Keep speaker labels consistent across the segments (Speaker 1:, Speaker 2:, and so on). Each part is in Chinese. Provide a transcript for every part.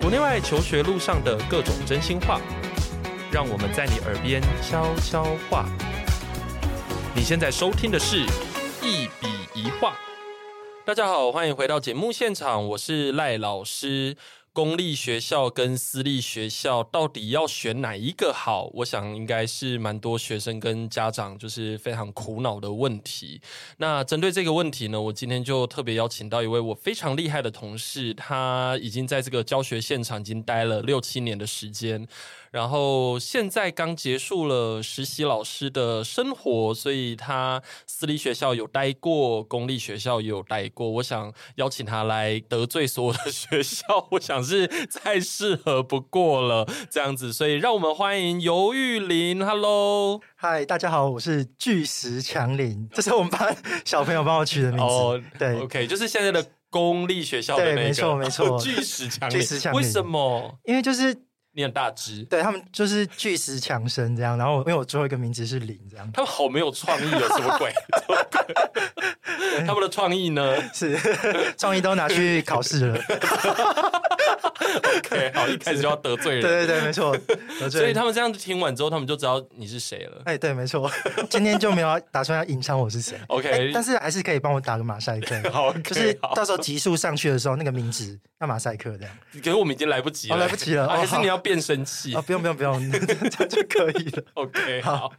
Speaker 1: 国内外求学路上的各种真心话，让我们在你耳边悄悄话。你现在收听的是《一笔一画》。大家好，欢迎回到节目现场，我是赖老师。公立学校跟私立学校到底要选哪一个好？我想应该是蛮多学生跟家长就是非常苦恼的问题。那针对这个问题呢，我今天就特别邀请到一位我非常厉害的同事，他已经在这个教学现场已经待了六七年的时间，然后现在刚结束了实习老师的生活，所以他私立学校有待过，公立学校也有待过。我想邀请他来得罪所有的学校，我想是再适合不过了这样子，所以让我们欢迎尤玉林，Hello。
Speaker 2: 嗨，大家好，我是巨石强林，这是我们班小朋友帮我 取的名字。
Speaker 1: 哦
Speaker 2: 对，
Speaker 1: OK，就是现在的公立学校的那
Speaker 2: 对
Speaker 1: 个，哦
Speaker 2: 没错没 错
Speaker 1: 巨石强
Speaker 2: 巨石强
Speaker 1: 为
Speaker 2: 林
Speaker 1: 什么
Speaker 2: 因为就是
Speaker 1: 你很大只？
Speaker 2: 对他们就是巨石强森这样，然后因为我最后一个名字是林这样，
Speaker 1: 他们好没有创意哦，什么 鬼？ 什么鬼他们的创意呢
Speaker 2: 是 创意都拿去考试了。
Speaker 1: ？OK，好，一开始就要得罪
Speaker 2: 对
Speaker 1: 人，
Speaker 2: 对对，没错。得罪
Speaker 1: 所以他们这样听完之后，他们就知道你是谁了。
Speaker 2: 哎，对，没错，今天就没有要打算要隐藏我是谁。
Speaker 1: OK，，
Speaker 2: 哎但是还是可以帮我打个马赛克
Speaker 1: 好，OK，
Speaker 2: 就是
Speaker 1: 好
Speaker 2: 到时候集数上去的时候，那个名字要马赛克 这样。
Speaker 1: 可是我们已经来不及了，
Speaker 2: 哦来不及了
Speaker 1: 啊
Speaker 2: 哦
Speaker 1: 还是
Speaker 2: 好
Speaker 1: 你要变声器
Speaker 2: 啊，不用不用不用， 这样就可以了。
Speaker 1: OK，好，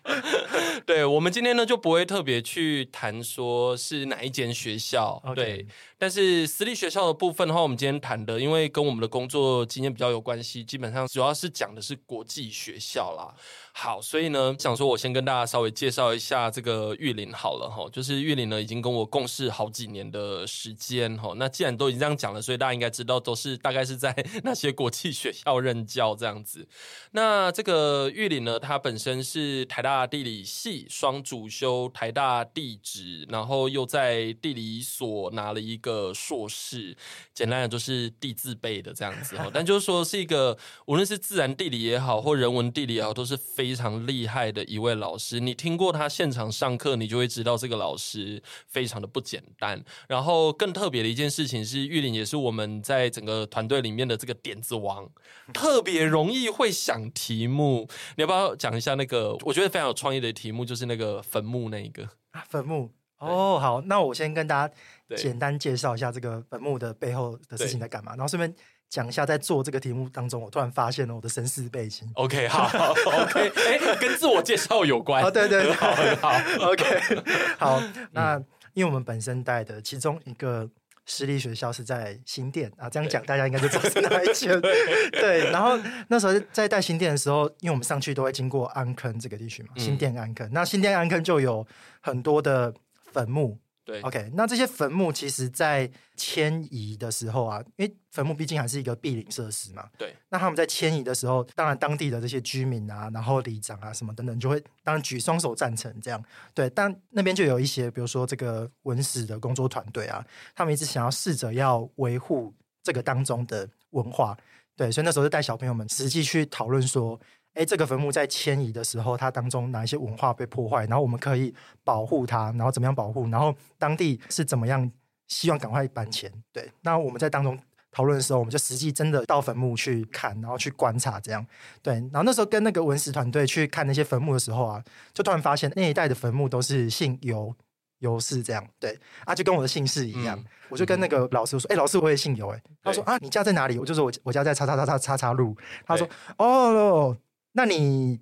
Speaker 1: 对我们今天呢就不会特别去谈说是哪一间学校
Speaker 2: OK
Speaker 1: 对，但是私立学校的部分的话，我们今天谈的，因为跟我们的工作经验比较有关系，基本上主要是讲的是国际学校啦。好，所以呢，想说我先跟大家稍微介绍一下这个玉林好了哈，就是玉林呢已经跟我共事好几年的时间哈。那既然都已经这样讲了，所以大家应该知道都是大概是在 那些国际学校任教这样子。那这个玉林呢，他本身是台大地理系双主修台大地质，然后又在地理所拿了一个硕士，简单的就是地字辈的这样子哦。但就是说是一个无论是自然地理也好，或人文地理也好，都是非常厉害的一位老师。你听过他现场上课，你就会知道这个老师非常的不简单。然后更特别的一件事情是，玉林也是我们在整个团队里面的这个点子王，特别容易会想题目。你要不要讲一下那个？我觉得非常有创意的题目，就是那个坟墓那一个。
Speaker 2: 啊， 坟墓。哦，好，那我先跟大家
Speaker 1: 对
Speaker 2: 简单介绍一下这个坟墓的背后的事情在干嘛，然后顺便讲一下，在做这个题目当中，我突然发现了我的身世背景。
Speaker 1: OK，好 ，OK，哎、跟自我介绍有关。
Speaker 2: 哦，对对对，
Speaker 1: 好，很好。 嗯
Speaker 2: OK，好，那因为我们本身带的其中一个私立学校是在新店啊，这样讲大家应该就知道是哪一间。 对，然后那时候在带新店的时候，因为我们上去都会经过安坑这个地区嘛，
Speaker 1: 嗯
Speaker 2: 新店安坑，那新店安坑就有很多的坟墓。
Speaker 1: 对
Speaker 2: OK，那这些坟墓其实，在迁移的时候啊，因为坟墓毕竟还是一个避邻设施嘛，
Speaker 1: 对，
Speaker 2: 那他们在迁移的时候，当然当地的这些居民啊，然后里长啊什么等等，就会当然举双手赞成这样。对，但那边就有一些，比如说这个文史的工作团队啊，他们一直想要试着要维护这个当中的文化。对，所以那时候就带小朋友们实际去讨论说，哎，这个坟墓在迁移的时候，它当中哪一些文化被破坏，然后我们可以保护它，然后怎么样保护，然后当地是怎么样希望赶快搬迁。对，那我们在当中讨论的时候，我们就实际真的到坟墓去看，然后去观察这样。对，然后那时候跟那个文史团队去看那些坟墓的时候啊，就突然发现那一带的坟墓都是姓尤。尤氏这样，对啊，就跟我的姓氏一样，
Speaker 1: 嗯
Speaker 2: 我就跟那个老师说：“哎、老师，我也姓尤。”哎，他说：“啊，你家在哪里？”我就说我：“我家在叉叉叉叉叉叉路。”他说：“哦，那你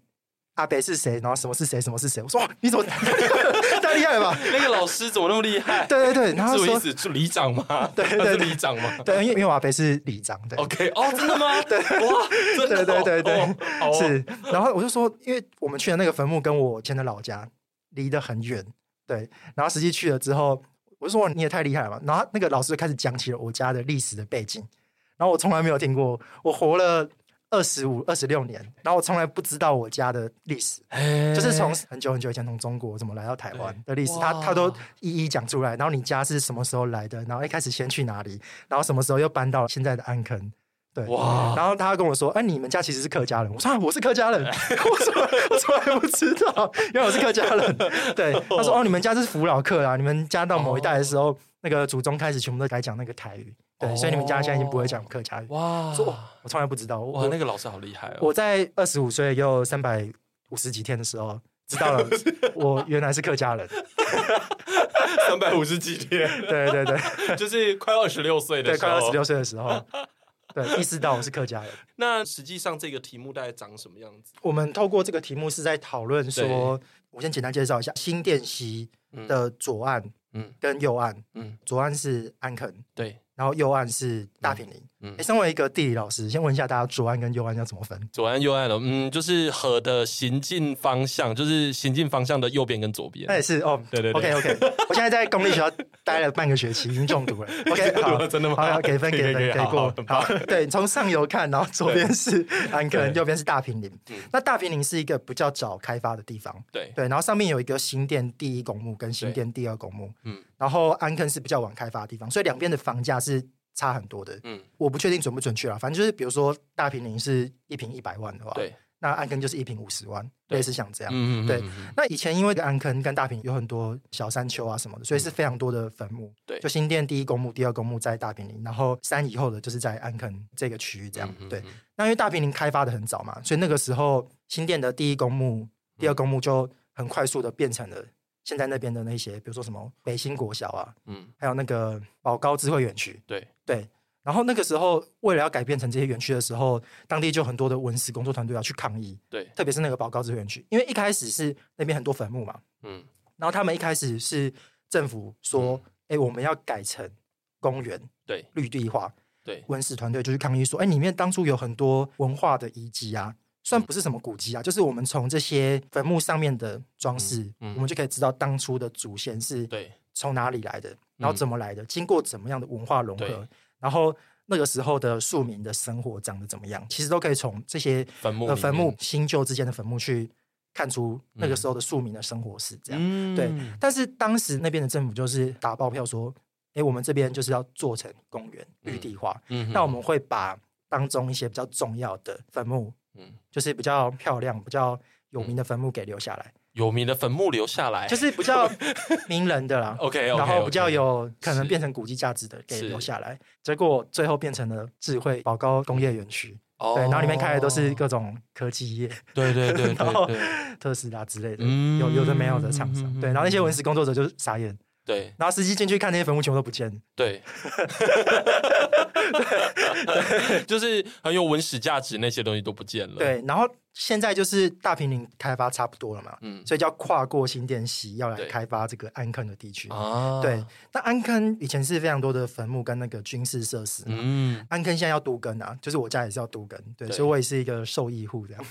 Speaker 2: 阿北是谁？然后什么是谁？什么是谁？”我说：“哇，你怎么 太厉害了吧
Speaker 1: 那个老师怎么那么厉害？？”
Speaker 2: 对对对，然后
Speaker 1: 是
Speaker 2: 他
Speaker 1: 我意
Speaker 2: 说
Speaker 1: 思是里长吗？
Speaker 2: 对对
Speaker 1: 他是
Speaker 2: 对
Speaker 1: 里长吗：“
Speaker 2: 对，因为因为我阿北是里长，对。
Speaker 1: ？OK，哦，真的 吗？对，哇，真的
Speaker 2: 对
Speaker 1: 哦，
Speaker 2: 对对对
Speaker 1: 哦，好哦
Speaker 2: 是，然后我就说，因为我们去的那个坟墓跟我以前的老家离得很远，对，然后实际去了之后，我就说哇你也太厉害了吧，然后那个老师就开始讲起了我家的历史的背景，然后我从来没有听过，我活了二十五、二十六年，然后我从来不知道我家的历史，
Speaker 1: 哎
Speaker 2: 就是从很久很久以前从中国怎么来到台湾的历史，他
Speaker 1: 哇
Speaker 2: 他都一一讲出来。然后你家是什么时候来的？然后一开始先去哪里？然后什么时候又搬到现在的安坑？对，
Speaker 1: 哇
Speaker 2: 然后他跟我说：“哎、你们家其实是客家人。”我说、啊：“我是客家 人，我怎么我怎么还不知道？原来我是客家人。”对，他说：“哦，你们家是福佬客啊，你们家到某一代的时
Speaker 1: 哦
Speaker 2: 候，那个祖宗开始全部都改讲那个台语，对，所以你们家现在已经不会讲客家语。”
Speaker 1: 哇
Speaker 2: 我说：“哇，我从来不知道。我”
Speaker 1: 哇，
Speaker 2: 我
Speaker 1: 那个老师好厉害哦！
Speaker 2: 我在二十五岁又三百五十几天的时候，知 道了我原来是客家人。
Speaker 1: 三百五十几 天，
Speaker 2: 对对对
Speaker 1: 就是快二十六岁的
Speaker 2: 对，
Speaker 1: 时
Speaker 2: 快
Speaker 1: 候。
Speaker 2: 二十六岁的时候，对，意识到我是客家人。
Speaker 1: 那实际上这个题目大概长什么样子？
Speaker 2: 我们透过这个题目是在讨论说，我先简单介绍一下新店溪的左岸
Speaker 1: 嗯
Speaker 2: 跟右岸，
Speaker 1: 嗯，
Speaker 2: 左岸是安坑，
Speaker 1: 对，
Speaker 2: 然后右岸是大平林。
Speaker 1: 嗯
Speaker 2: 诶，身为一个地理老师，先问一下大家左岸跟右岸要怎么分？
Speaker 1: 左岸右岸了，嗯，就是河的行进方向，就是行进方向的右边跟左边。
Speaker 2: 那也是哦，
Speaker 1: 对对对
Speaker 2: OK OK，我现在在公立学校待了半个学期，已经中毒 了。OK，好，
Speaker 1: 真的吗
Speaker 2: 好，给 分
Speaker 1: 可以
Speaker 2: 给
Speaker 1: 可以
Speaker 2: 分
Speaker 1: 可以
Speaker 2: 给
Speaker 1: 好好
Speaker 2: 过
Speaker 1: 很。棒
Speaker 2: 好，对，从上游看，然后左边是安
Speaker 1: 对
Speaker 2: 坑，右边是大平林
Speaker 1: 嗯。
Speaker 2: 那大平林是一个比较早开发的地方，
Speaker 1: 对，
Speaker 2: 对，然后上面有一个新店第一公墓跟新店第二公墓，
Speaker 1: 嗯
Speaker 2: 嗯，然后安坑是比较晚开发的地方，所以两边的房价是差很多的。
Speaker 1: 嗯，
Speaker 2: 我不确定准不准确啊，反正就是比如说大平林是一平一百万的话，，
Speaker 1: 对，
Speaker 2: 那安坑就是一平五十万，
Speaker 1: 对
Speaker 2: 类似像这样。
Speaker 1: 嗯
Speaker 2: 对那以前因为安坑跟大平有很多小山丘啊什么的，所以是非常多的坟墓。
Speaker 1: 对
Speaker 2: 就新店第一公墓、第二公墓在大平林，然后山以后的就是在安坑这个区域这
Speaker 1: 嗯
Speaker 2: 样。对，，那因为大平林开发的很早嘛，所以那个时候新店的第一公墓、第二公墓就很快速的变成了现在那边的那些，比如说什么北新国小啊，
Speaker 1: 嗯，
Speaker 2: 还有那个宝高智慧园区。
Speaker 1: 对，
Speaker 2: 对，然后那个时候为了要改变成这些园区的时候，当地就很多的文史工作团队要去抗议，
Speaker 1: 对，
Speaker 2: 特别是那个宝高智慧园区，因为一开始是那边很多坟墓嘛，
Speaker 1: 嗯，
Speaker 2: 然后他们一开始是政府说，哎、我们要改成公园
Speaker 1: 对，
Speaker 2: 绿地化，
Speaker 1: 对，
Speaker 2: 文史团队就去抗议说，哎，里面当初有很多文化的遗迹啊，虽然不是什么古迹啊，就是我们从这些坟墓上面的装饰，
Speaker 1: 嗯嗯
Speaker 2: 我们就可以知道当初的祖先是
Speaker 1: 对，嗯
Speaker 2: 从哪里来的，然后怎么来的，经过怎么样的文化融合
Speaker 1: 对，
Speaker 2: 然后那个时候的庶民的生活长得怎么样，其实都可以从这些
Speaker 1: 坟墓
Speaker 2: 呃
Speaker 1: 里
Speaker 2: 坟
Speaker 1: 面
Speaker 2: 墓，新旧之间的坟墓去看出那个时候的庶民的生活是这样。
Speaker 1: 嗯
Speaker 2: 对，但是当时那边的政府就是打包票说，诶，我们这边就是要做成公园
Speaker 1: 嗯
Speaker 2: 绿地化，
Speaker 1: 嗯
Speaker 2: 那我们会把当中一些比较重要的坟墓，
Speaker 1: 嗯
Speaker 2: 就是比较漂亮、比较有名的坟墓给留下来，
Speaker 1: 有名的坟墓留下来，
Speaker 2: 就是比较 名人 的啦。
Speaker 1: OK，
Speaker 2: 然后比较有可能
Speaker 1: 是
Speaker 2: 变成古迹价值的给
Speaker 1: 是
Speaker 2: 留下来，结果最后变成了智慧宝高工业园区，
Speaker 1: 哦
Speaker 2: 对，然后里面开的都是各种科技业，
Speaker 1: 对对对
Speaker 2: 然
Speaker 1: 对
Speaker 2: 后
Speaker 1: 对
Speaker 2: 特斯拉之类的，
Speaker 1: 嗯
Speaker 2: 有有的没有的厂
Speaker 1: 嗯嗯嗯
Speaker 2: 商，对，然后那些文史工作者就是傻眼，
Speaker 1: 对
Speaker 2: 然后司机进去看那些坟墓全部都不见了，
Speaker 1: 对，就是很有文史价值那些东西都不见了，，
Speaker 2: 对，然后现在就是大平林开发差不多了嘛，
Speaker 1: 嗯
Speaker 2: 所以就要跨过新店溪，要来
Speaker 1: 对
Speaker 2: 开发这个安坑的地区。
Speaker 1: 啊，
Speaker 2: 对，那安坑以前是非常多的坟墓跟那个军事设施嘛，
Speaker 1: 嗯，
Speaker 2: 安坑现在要都更啊，就是我家也是要都更，对，
Speaker 1: 对
Speaker 2: 所以我也是一个受益户这样。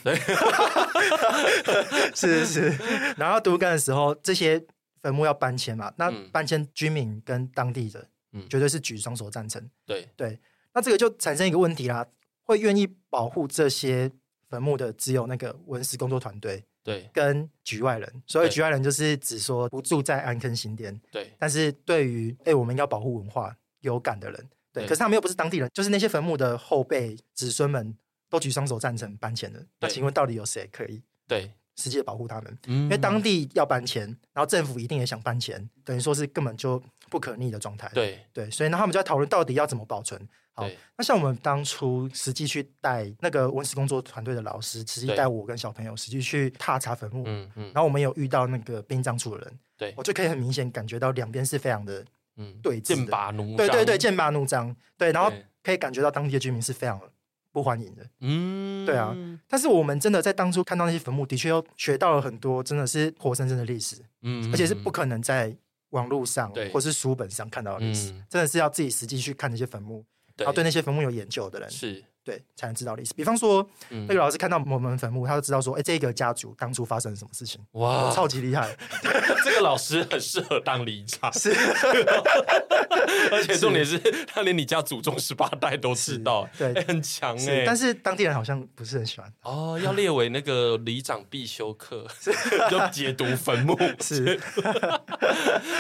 Speaker 2: 是是是，然后都更的时候，这些坟墓要搬迁嘛，那
Speaker 1: 嗯
Speaker 2: 搬迁居民跟当地人，
Speaker 1: 嗯
Speaker 2: 绝对是举双手赞成。
Speaker 1: 对，
Speaker 2: 对，那这个就产生一个问题啦，会愿意保护这些坟墓的只有那个文史工作团队
Speaker 1: 对，
Speaker 2: 跟局外人，所以
Speaker 1: 对
Speaker 2: 局外人就是只说不住在安坑新店，
Speaker 1: 对，
Speaker 2: 但是对于哎、诶我们要保护文化有感的人，对，
Speaker 1: 对
Speaker 2: 可是他们又不是当地人，就是那些坟墓的后辈子孙们都举双手赞成搬迁的，那
Speaker 1: 对
Speaker 2: 请问到底有谁可以
Speaker 1: 对，
Speaker 2: 实际地保护他们？
Speaker 1: 嗯，因
Speaker 2: 因为当地要搬迁，然后政府一定也想搬迁，等于说是根本就不可逆的状态。
Speaker 1: 对
Speaker 2: 对，所以呢，他们就在讨论到底要怎么保存。好
Speaker 1: 对，
Speaker 2: 那像我们当初实际去带那个文史工作团队的老师，实际
Speaker 1: 对
Speaker 2: 带我跟小朋友实际去踏查坟墓，
Speaker 1: 嗯嗯
Speaker 2: 然后我们有遇到那个殡葬处的人，
Speaker 1: 对
Speaker 2: 我就可以很明显感觉到两边是非常的，
Speaker 1: 嗯，
Speaker 2: 对峙
Speaker 1: 剑
Speaker 2: 的
Speaker 1: 拔弩张，
Speaker 2: 对对对，，剑拔弩张，对，然后
Speaker 1: 对
Speaker 2: 可以感觉到当地的居民是非常不欢迎的。
Speaker 1: 嗯，
Speaker 2: 对啊但是我们真的在当初看到那些坟墓，的确又学到了很多，真的是活生生的历史，
Speaker 1: 嗯，
Speaker 2: 而且是不可能在网络上
Speaker 1: 对
Speaker 2: 或是书本上看到的历史，
Speaker 1: 嗯
Speaker 2: 真的是要自己实际去看那些坟墓，
Speaker 1: 对
Speaker 2: 然哦后对那些坟墓有研究的人，
Speaker 1: 是
Speaker 2: 对，才能知道历史。比方说，
Speaker 1: 嗯
Speaker 2: 那个老师看到某门坟墓，他就知道说，哎、这个家族当初发生了什么事情，
Speaker 1: 哇，
Speaker 2: 超级厉害，
Speaker 1: 这个老师很适合当里长，
Speaker 2: 是
Speaker 1: 而且重点是他连你家祖宗十八代都知道，
Speaker 2: 是对
Speaker 1: 哎很强
Speaker 2: 是
Speaker 1: 哎。
Speaker 2: 但是当地人好像不是很喜欢，
Speaker 1: 哦，要列为那个里长必修课， 就解读坟墓。
Speaker 2: 是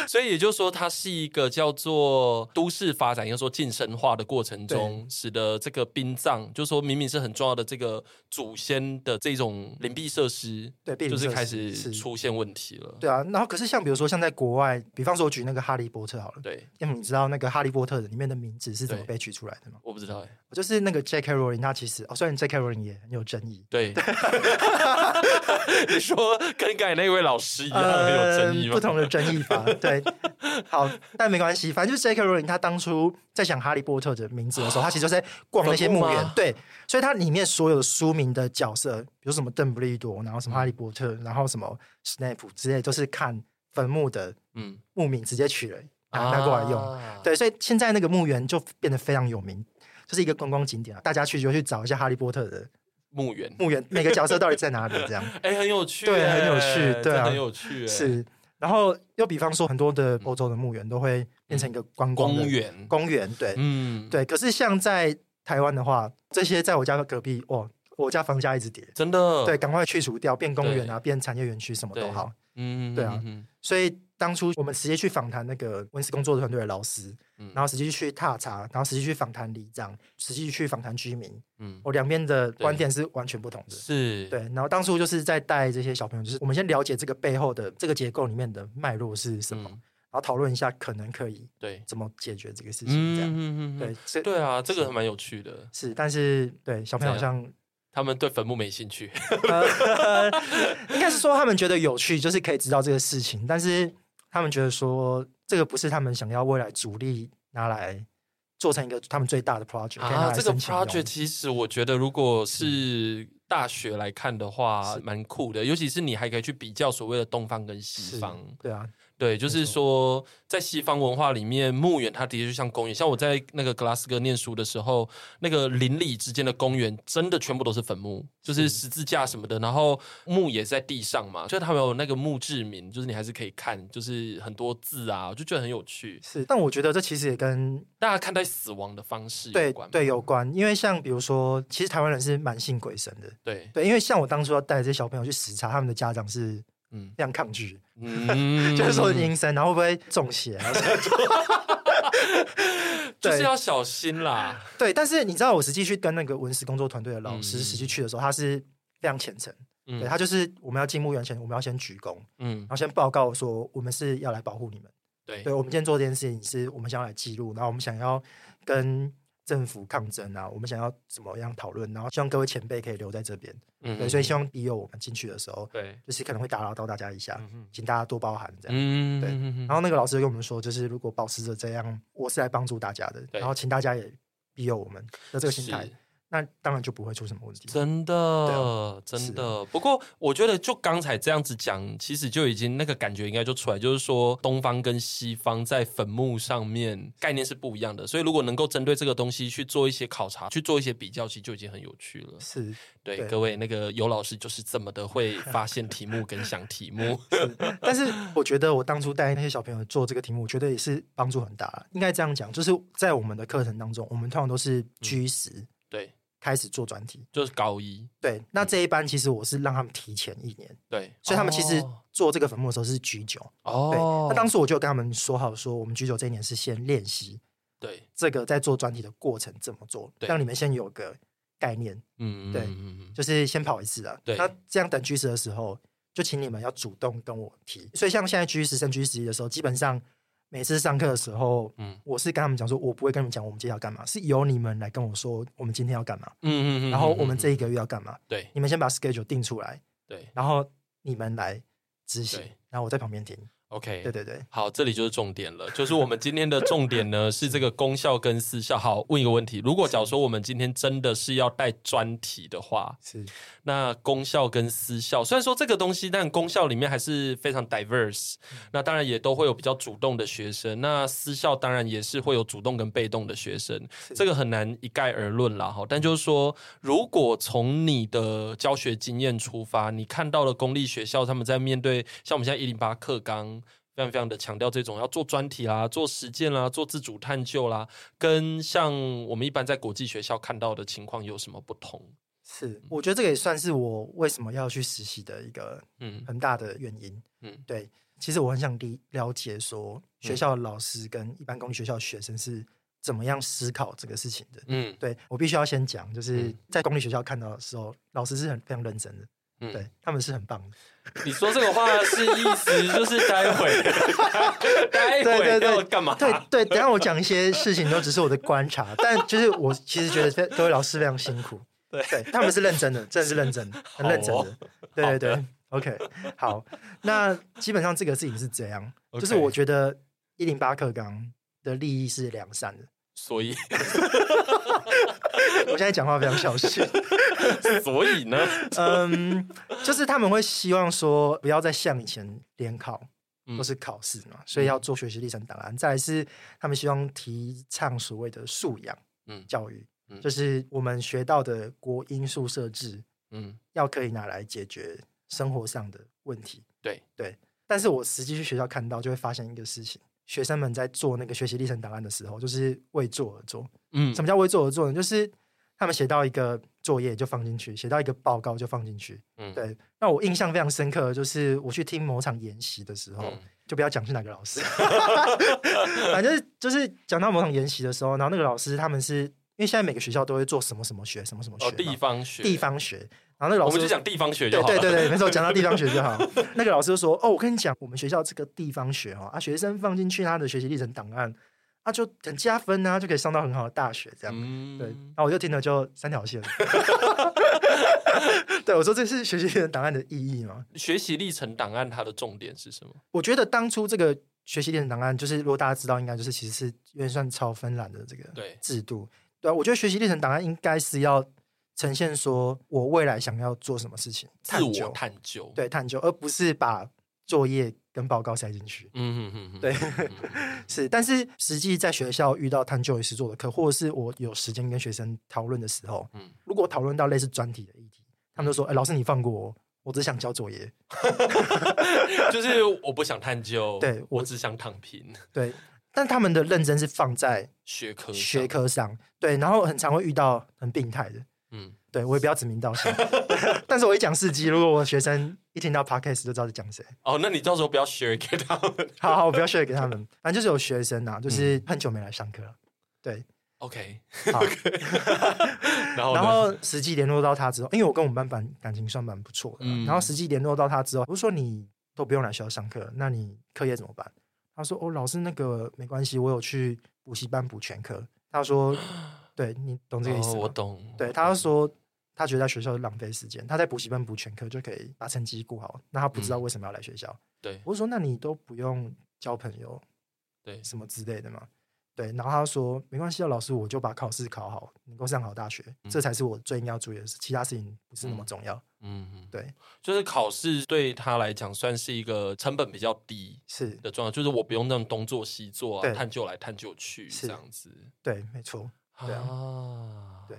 Speaker 1: 所以也就是说，它是一个叫做都市发展，应该说近生化的过程中，使得这个殡葬上，就说明明是很重要的这个祖先的这种灵璧设施，
Speaker 2: 对避
Speaker 1: 就
Speaker 2: 免
Speaker 1: 是
Speaker 2: 设
Speaker 1: 开
Speaker 2: 施
Speaker 1: 始
Speaker 2: 是
Speaker 1: 出现问题了。
Speaker 2: 对啊，然后可是像比如说像在国外，比方说我举那个《哈利波特》好了，
Speaker 1: 对，
Speaker 2: 因为你知道那个《哈利波特》里面的名字是怎么
Speaker 1: 对
Speaker 2: 被取出来的吗？
Speaker 1: 我不知道哎，
Speaker 2: 就是那个 J.K. Rowling，他其实哦，虽然 J.K. Rowling 也很有争议，
Speaker 1: 对， 你说跟刚才那位老师一样很有争议
Speaker 2: 呃
Speaker 1: 吗？
Speaker 2: 不同的争议 吧，对，好，但没关系，反正就是 J.K. Rowling 他当初在想《哈利波特》的名字的时候，他其实就在逛那些墓
Speaker 1: 坟墓
Speaker 2: 园
Speaker 1: 吗，
Speaker 2: 对，所以它里面所有的书名的角色，比如什么邓布利多，然后什么哈利波特，然后什么史内普之类，都是看坟墓的
Speaker 1: 嗯，
Speaker 2: 墓名直接取了拿拿过来用。
Speaker 1: 啊，
Speaker 2: 对，所以现在那个墓园就变得非常有名，就是一个观光景点啊，大家去就去找一下《哈利波特》的
Speaker 1: 墓园，
Speaker 2: 墓园，每个角色到底在哪里这样。
Speaker 1: 哎，很有趣欸，
Speaker 2: 对很有趣对
Speaker 1: 这
Speaker 2: 啊
Speaker 1: 很有趣欸，
Speaker 2: 是，然后又比方说，很多的欧洲的墓园都会变成一个观光
Speaker 1: 嗯
Speaker 2: 的
Speaker 1: 公园，
Speaker 2: 公园，对、
Speaker 1: 嗯，，
Speaker 2: 对。可是像在台湾的话，这些在我家隔壁，哦，我家房价一直跌，
Speaker 1: 真的，
Speaker 2: 对，，赶快去除掉，变公园啊，变产业园区什么
Speaker 1: 嗯对
Speaker 2: 都好。
Speaker 1: 嗯，
Speaker 2: 对啊
Speaker 1: 嗯，嗯
Speaker 2: 所以当初我们直接去访谈那个温室工作团队的老师，
Speaker 1: 嗯
Speaker 2: 然后实际去踏查，然后实际去访谈里长，实际去访谈居民，
Speaker 1: 嗯，
Speaker 2: 我两边的观
Speaker 1: 对
Speaker 2: 点是完全不同的。
Speaker 1: 是，
Speaker 2: 对，然后当初就是在带这些小朋友，就是我们先了解这个背后的这个结构里面的脉络是什
Speaker 1: 嗯，
Speaker 2: 么，然后讨论一下可能可以
Speaker 1: 对，
Speaker 2: 怎么解决这个事情，这样、
Speaker 1: 嗯，嗯嗯嗯
Speaker 2: 对，所以
Speaker 1: 对啊，这个还蛮有趣的。
Speaker 2: 是，但是对小朋友好
Speaker 1: 怎
Speaker 2: 像
Speaker 1: 他们对坟墓没兴趣，
Speaker 2: 呃应该是说他们觉得有趣，就是可以知道这个事情，但是他们觉得说这个不是他们想要未来主力拿来做成一个他们最大的 project，、可以拿
Speaker 1: 啊，
Speaker 2: 来
Speaker 1: 这个
Speaker 2: 申请用
Speaker 1: project 其实我觉得，如果是大学来看的话，蛮酷的。尤其是你还可以去比较所谓的东方跟西
Speaker 2: 是
Speaker 1: 方，
Speaker 2: 对啊，
Speaker 1: 对，就是说在西方文化里面，墓园它的确就像公园。像我在那个格拉斯哥念书的时候，那个邻里之间的公园真的全部都是坟墓，就是
Speaker 2: 是
Speaker 1: 十字架什么的，然后墓也是在地上嘛，所以他们有那个墓志铭，就是你还是可以看，就是很多字啊，我就觉得很有趣。
Speaker 2: 是，但我觉得这其实也跟
Speaker 1: 大家看待死亡的方式有
Speaker 2: 对
Speaker 1: 关吗，
Speaker 2: 对有关，因为像比如说，其实台湾人是蛮信鬼神的。
Speaker 1: 对，
Speaker 2: 对，因为像我当初要带这些小朋友去视察，他们的家长是
Speaker 1: 嗯
Speaker 2: 非常抗拒，
Speaker 1: 嗯，
Speaker 2: 就是说阴森，然后会不会中邪啊？
Speaker 1: 就是
Speaker 2: 对
Speaker 1: 要小心啦。
Speaker 2: 对，但是你知道，我实际去跟那个文史工作团队的老
Speaker 1: 嗯
Speaker 2: 师实际去的时候，他是非常虔诚，
Speaker 1: 嗯
Speaker 2: 对他就是我们要进墓园前，我们要先鞠躬，
Speaker 1: 嗯
Speaker 2: 然，后先报告说我们是要来保护你们，
Speaker 1: 对
Speaker 2: 对我们今天做这件事情是我们想要来记录，然后我们想要跟政府抗争啊，我们想要怎么样讨论，然后希望各位前辈可以留在这边，
Speaker 1: 嗯
Speaker 2: 对，所以希望庇佑我们进去的时候，
Speaker 1: 对，
Speaker 2: 就是可能会打扰到大家一下，
Speaker 1: 嗯哼
Speaker 2: 请大家多包涵这样。
Speaker 1: 嗯
Speaker 2: 对
Speaker 1: 嗯
Speaker 2: 然后那个老师就跟我们说，就是如果保持着这样，我是来帮助大家的，
Speaker 1: 对
Speaker 2: 然后请大家也庇佑我们的这个心态
Speaker 1: 是，
Speaker 2: 那当然就不会出什么问题。
Speaker 1: 真
Speaker 2: 对啊
Speaker 1: 的，真
Speaker 2: 是
Speaker 1: 的。不过，我觉得就刚才这样子讲，其实就已经那个感觉应该就出来，就是说东方跟西方在坟墓上面概念是不一样的。所以，如果能够针对这个东西去做一些考察，去做一些比较，其实就已经很有趣了。
Speaker 2: 是，
Speaker 1: 对
Speaker 2: 对
Speaker 1: 各位，那个尤老师就是这么的会发现题目跟想题 目。
Speaker 2: 但是我觉得我当初带那些小朋友做这个题目，我觉得也是帮助很大啦。应该这样讲，就是在我们的课程当中，我们通常都是
Speaker 1: 嗯
Speaker 2: G 十
Speaker 1: 对，
Speaker 2: 开始做专题。
Speaker 1: 就是高一。
Speaker 2: 对，那
Speaker 1: 嗯
Speaker 2: 这一班其实我是让他们提前一年，
Speaker 1: 对，
Speaker 2: 所以他们其实
Speaker 1: 哦
Speaker 2: 做这个坟墓的时候是 G 九。对，
Speaker 1: 哦，
Speaker 2: 那当时我就跟他们说好，说我们 G 九这一年是先练习
Speaker 1: 对，
Speaker 2: 这个在做专题的过程怎么做，
Speaker 1: 对
Speaker 2: 让你们先有个概念，
Speaker 1: 嗯，
Speaker 2: 对
Speaker 1: 嗯嗯嗯
Speaker 2: 就是先跑一次啊。
Speaker 1: 对
Speaker 2: 那这样等 G 十的时候，就请你们要主动跟我提。所以像现在 G 十升 G 十一的时候，基本上每次上课的时候，
Speaker 1: 嗯
Speaker 2: 我是跟他们讲说，我不会跟你们讲我们接下来要干嘛，是由你们来跟我说我们今天要干嘛，
Speaker 1: 嗯嗯嗯
Speaker 2: 然后我们
Speaker 1: 嗯
Speaker 2: 这一个月要干嘛，
Speaker 1: 对
Speaker 2: 你们先把 schedule 定出来，
Speaker 1: 对
Speaker 2: 然后你们来执行
Speaker 1: 对，
Speaker 2: 然后我在旁边听。
Speaker 1: ，OK，
Speaker 2: 对对对，
Speaker 1: 好，这里就是重点了，就是我们今天的重点呢是这个功效跟私效。好，问一个问题：如果假如说我们今天真的是要带专题的话，
Speaker 2: 是
Speaker 1: 那功效跟私效，虽然说这个东西，但功效里面还是非常 diverse。那当然也都会有比较主动的学生，那私校当然也是会有主动跟被动的学生，
Speaker 2: 是
Speaker 1: 这个很难一概而论啦。哈，但就是说，如果从你的教学经验出发，你看到了公立学校他们在面对像我们现在一零八课纲。非常非常的强调这种要做专题啦、做实践啦、做自主探究啦，跟像我们一般在国际学校看到的情况有什么不同？嗯
Speaker 2: 是，我觉得这个也算是我为什么要去实习的一个
Speaker 1: 嗯
Speaker 2: 很大的原因。
Speaker 1: 嗯，
Speaker 2: 对，其实我很想理了解说学校的老师跟一般公立学校的学生是怎么样思考这个事情的。
Speaker 1: 嗯
Speaker 2: 对我必须要先讲，就是
Speaker 1: 嗯
Speaker 2: 在公立学校看到的时候，老师是很非常认真的，
Speaker 1: 嗯，
Speaker 2: 对他们是很棒的。
Speaker 1: 你说这个话是意思就是待会，待
Speaker 2: 对对
Speaker 1: 会
Speaker 2: 对
Speaker 1: 要干嘛？
Speaker 2: 对对，等一下我讲一些事情都只是我的观察，但就是我其实觉得这各位老师非常辛苦，
Speaker 1: 对
Speaker 2: 他们是认真的，真的是认真的，很认真
Speaker 1: 好
Speaker 2: 的，对对对，OK，好，那基本上这个事情是这样，就是
Speaker 1: OK
Speaker 2: 我觉得一零八课纲的利益是良善的，
Speaker 1: 所以
Speaker 2: 我现在讲话非常小心，
Speaker 1: 所以 呢，
Speaker 2: 嗯，就是他们会希望说不要再像以前联考
Speaker 1: 嗯
Speaker 2: 或是考试嘛，所以要做学习历程档案。再来是他们希望提倡所谓的素养
Speaker 1: 嗯
Speaker 2: 教育，
Speaker 1: 嗯
Speaker 2: 就是我们学到的国因素设置
Speaker 1: 嗯，
Speaker 2: 要可以拿来解决生活上的问题。
Speaker 1: 对，
Speaker 2: 对，但是我实际去学校看到，就会发现一个事情。学生们在做那个学习历程档案的时候，就是为做而做。
Speaker 1: 嗯
Speaker 2: 什么叫为做而做呢？就是他们写到一个作业就放进去，写到一个报告就放进去，
Speaker 1: 嗯
Speaker 2: 对，那我印象非常深刻，就是我去听某场研习的时候，
Speaker 1: 嗯
Speaker 2: 就不要讲是哪个老师， 反正就是就是讲到某场研习的时候，然后那个老师他们是因为现在每个学校都会做什么什么学什么什么学嘛、
Speaker 1: 哦，地方学，
Speaker 2: 地，方学，然后那个老
Speaker 1: 我
Speaker 2: 师
Speaker 1: 们就讲地方学就
Speaker 2: 对
Speaker 1: 好
Speaker 2: 对
Speaker 1: 了。
Speaker 2: 对对，没错，讲到地方学就好。那个老师就说：“哦，我跟你讲，我们学校这个地方学哦，啊，学生放进去他的学习历程档案，啊，就很加分啊，就可以上到很好的大学这样。
Speaker 1: 嗯，
Speaker 2: 对，然后我就听了就三条 线。对，我说这是学习历程档案的意义嘛？
Speaker 1: 学习历程档案它的重点是什么？
Speaker 2: 我觉得当初这个学习历程档案，就是如果大家知道，应该就是其实是有点算超芬兰的这个
Speaker 1: 对
Speaker 2: 制度。对啊，我觉得学习历程档案应该是要呈现说我未来想要做什么事情，
Speaker 1: 自我
Speaker 2: 究，
Speaker 1: 探究。，
Speaker 2: 对探究，而不是把作业跟报告塞进去。
Speaker 1: 嗯嗯嗯，
Speaker 2: 对
Speaker 1: 嗯，嗯
Speaker 2: 是，但是实际在学校遇到探究与实作的课，或者是我有时间跟学生讨论的时候，
Speaker 1: 嗯
Speaker 2: 如果讨论到类似专题的议题，他们就说：“哎、老师你放过我，我只想交作业。
Speaker 1: 嗯 就是我不想探究，
Speaker 2: 对我
Speaker 1: 我只想躺平。”
Speaker 2: 对，但他们的认真是放在
Speaker 1: 学科，
Speaker 2: 学，科上，对，然后很常会遇到很病态的。
Speaker 1: 嗯，
Speaker 2: 对，我也不要指名道 姓，但是我一讲事迹，如果我学生一听到 podcast 就知道在讲谁。
Speaker 1: 哦，那你到时候不要 share 给他 们。
Speaker 2: 好好，我不要 share 给他们。反正就是有学生啊，
Speaker 1: 嗯
Speaker 2: 就是很久没来上课了。 对，
Speaker 1: OK，
Speaker 2: 好，
Speaker 1: 然后呢
Speaker 2: 然后实际联络到他之后，因为我跟我们班班感情算蛮不错的啊，
Speaker 1: 嗯
Speaker 2: 然后实际联络到他之后，我就说你都不用来学校上课，那你课业怎么办？他说哦，老师那个没关系，我有去补习班补全科。他说，对你懂这个意思
Speaker 1: 哦
Speaker 2: 吗？
Speaker 1: 我懂。
Speaker 2: 对，他说他觉得在学校浪费时间，他在补习班补全科就可以把成绩顾好，那他不
Speaker 1: 嗯
Speaker 2: 知道为什么要来学校。
Speaker 1: 对
Speaker 2: 我就说那你都不用交朋友
Speaker 1: 对，
Speaker 2: 什么之类的嘛。对，然后他说没关系啊，老师，我就把考试考好，能够上好大学，这才是我最应该要注意的事，其他事情不是那么重要。
Speaker 1: 嗯嗯，
Speaker 2: 对，
Speaker 1: 就是考试对他来讲算是一个成本比较低
Speaker 2: 是，
Speaker 1: 的状态，就是我不用那种东做西做啊，
Speaker 2: 对
Speaker 1: 探究来探究去
Speaker 2: 是
Speaker 1: 这样子
Speaker 2: 对，没错，对啊
Speaker 1: 啊
Speaker 2: 对，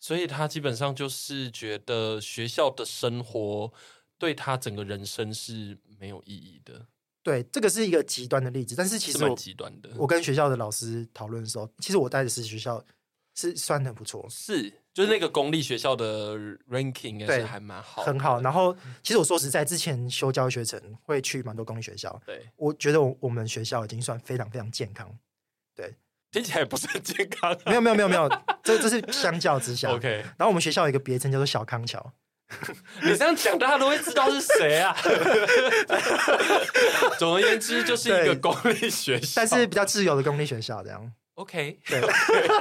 Speaker 1: 所以他基本上就是觉得学校的生活对他整个人生是没有意义的，
Speaker 2: 对，这个是一个极端的例子，但是其
Speaker 1: 是
Speaker 2: 实
Speaker 1: 蛮
Speaker 2: 我
Speaker 1: 极端的。
Speaker 2: 我跟学校的老师讨论的时候，其实我待的实习学校是算很不错，
Speaker 1: 是就是那个公立学校的 ranking 应该
Speaker 2: 对
Speaker 1: 是还蛮好，
Speaker 2: 很好。然后其实我说实在，之前修教育学程会去蛮多公立学校，
Speaker 1: 对，
Speaker 2: 我觉得我我们学校已经算非常非常健康。
Speaker 1: 听起来也不是很健康啊、
Speaker 2: 没有没有没有没有，这这是相较之下。
Speaker 1: OK，
Speaker 2: 然后我们学校有一个别称叫做小康桥，
Speaker 1: 你这样讲，大家都会知道是谁 啊。总而言之，就是一个
Speaker 2: 对
Speaker 1: 公立学校，
Speaker 2: 但是比较自由的公立学校 这样。
Speaker 1: OK，
Speaker 2: 对，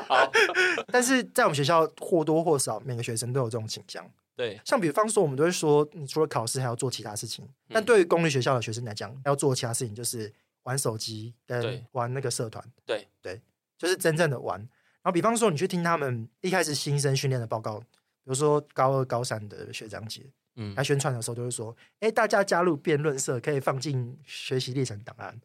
Speaker 1: 好，
Speaker 2: 但是在我们学校或多或少每个学生都有这种倾向。
Speaker 1: 对，
Speaker 2: 像比方说，我们都会说，你除了考试还要做其他事情。
Speaker 1: 嗯
Speaker 2: 但对于公立学校的学生来讲，要做其他事情就是玩手机跟
Speaker 1: 对
Speaker 2: 玩那个社团。
Speaker 1: 对
Speaker 2: 对，就是真正的玩。然后比方说，你去听他们一开始新生训练的报告，比如说高二、高三的学长姐，
Speaker 1: 嗯。
Speaker 2: 来宣传的时候就会说：“哎、大家加入辩论社可以放进学习历程档案，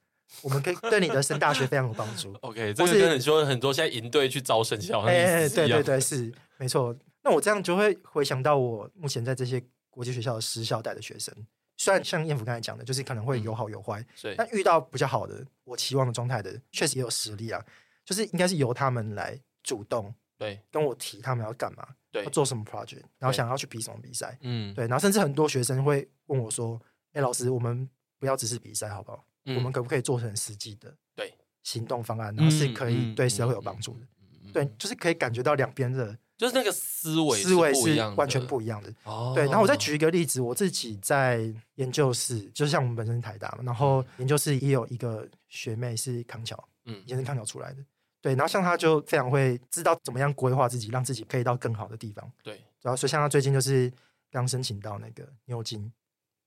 Speaker 2: 我们可以对你的升大学非常有帮助
Speaker 1: ，OK，这个
Speaker 2: 或是
Speaker 1: 跟很多很多现在营队去招生校，
Speaker 2: 哎哎、
Speaker 1: 哎，
Speaker 2: 对对，对，是没错。那我这样就会回想到我目前在这些国际学校的私校带的学生，虽然像燕福刚才讲的，就是可能
Speaker 1: 嗯
Speaker 2: 会有好有坏，
Speaker 1: 所以
Speaker 2: 但遇到比较好的，我期望的状态的，确实也有实力啊。就是应该是由他们来主动
Speaker 1: 对
Speaker 2: 跟我提他们要干嘛，
Speaker 1: 对
Speaker 2: 要，做什么 project，然后
Speaker 1: 对
Speaker 2: 想要去比什么比赛。
Speaker 1: 嗯，
Speaker 2: 对，然后甚至很多学生会问我说：“哎、老师，我们不要只是比赛好不好？
Speaker 1: 嗯
Speaker 2: 我们可不可以做成实际的
Speaker 1: 对
Speaker 2: 行动方案，然后是
Speaker 1: 嗯
Speaker 2: 可以
Speaker 1: 嗯
Speaker 2: 对
Speaker 1: 嗯
Speaker 2: 社会有
Speaker 1: 嗯
Speaker 2: 帮助的。对，就是可以感觉到两边的
Speaker 1: 就是那个思维
Speaker 2: 思维
Speaker 1: 不一
Speaker 2: 是
Speaker 1: 样的
Speaker 2: 完全不一样的。
Speaker 1: 哦。
Speaker 2: 对，然后我再举一个例子，我自己在研究室，就是像我们本身是台大嘛，然后研究室也有一个学妹是康桥，
Speaker 1: 嗯
Speaker 2: 以前是康桥出来的。对，然后像她就非常会知道怎么样规划自己，让自己可以到更好的地方。
Speaker 1: 对
Speaker 2: 然后所以像她最近就是刚申请到那个牛津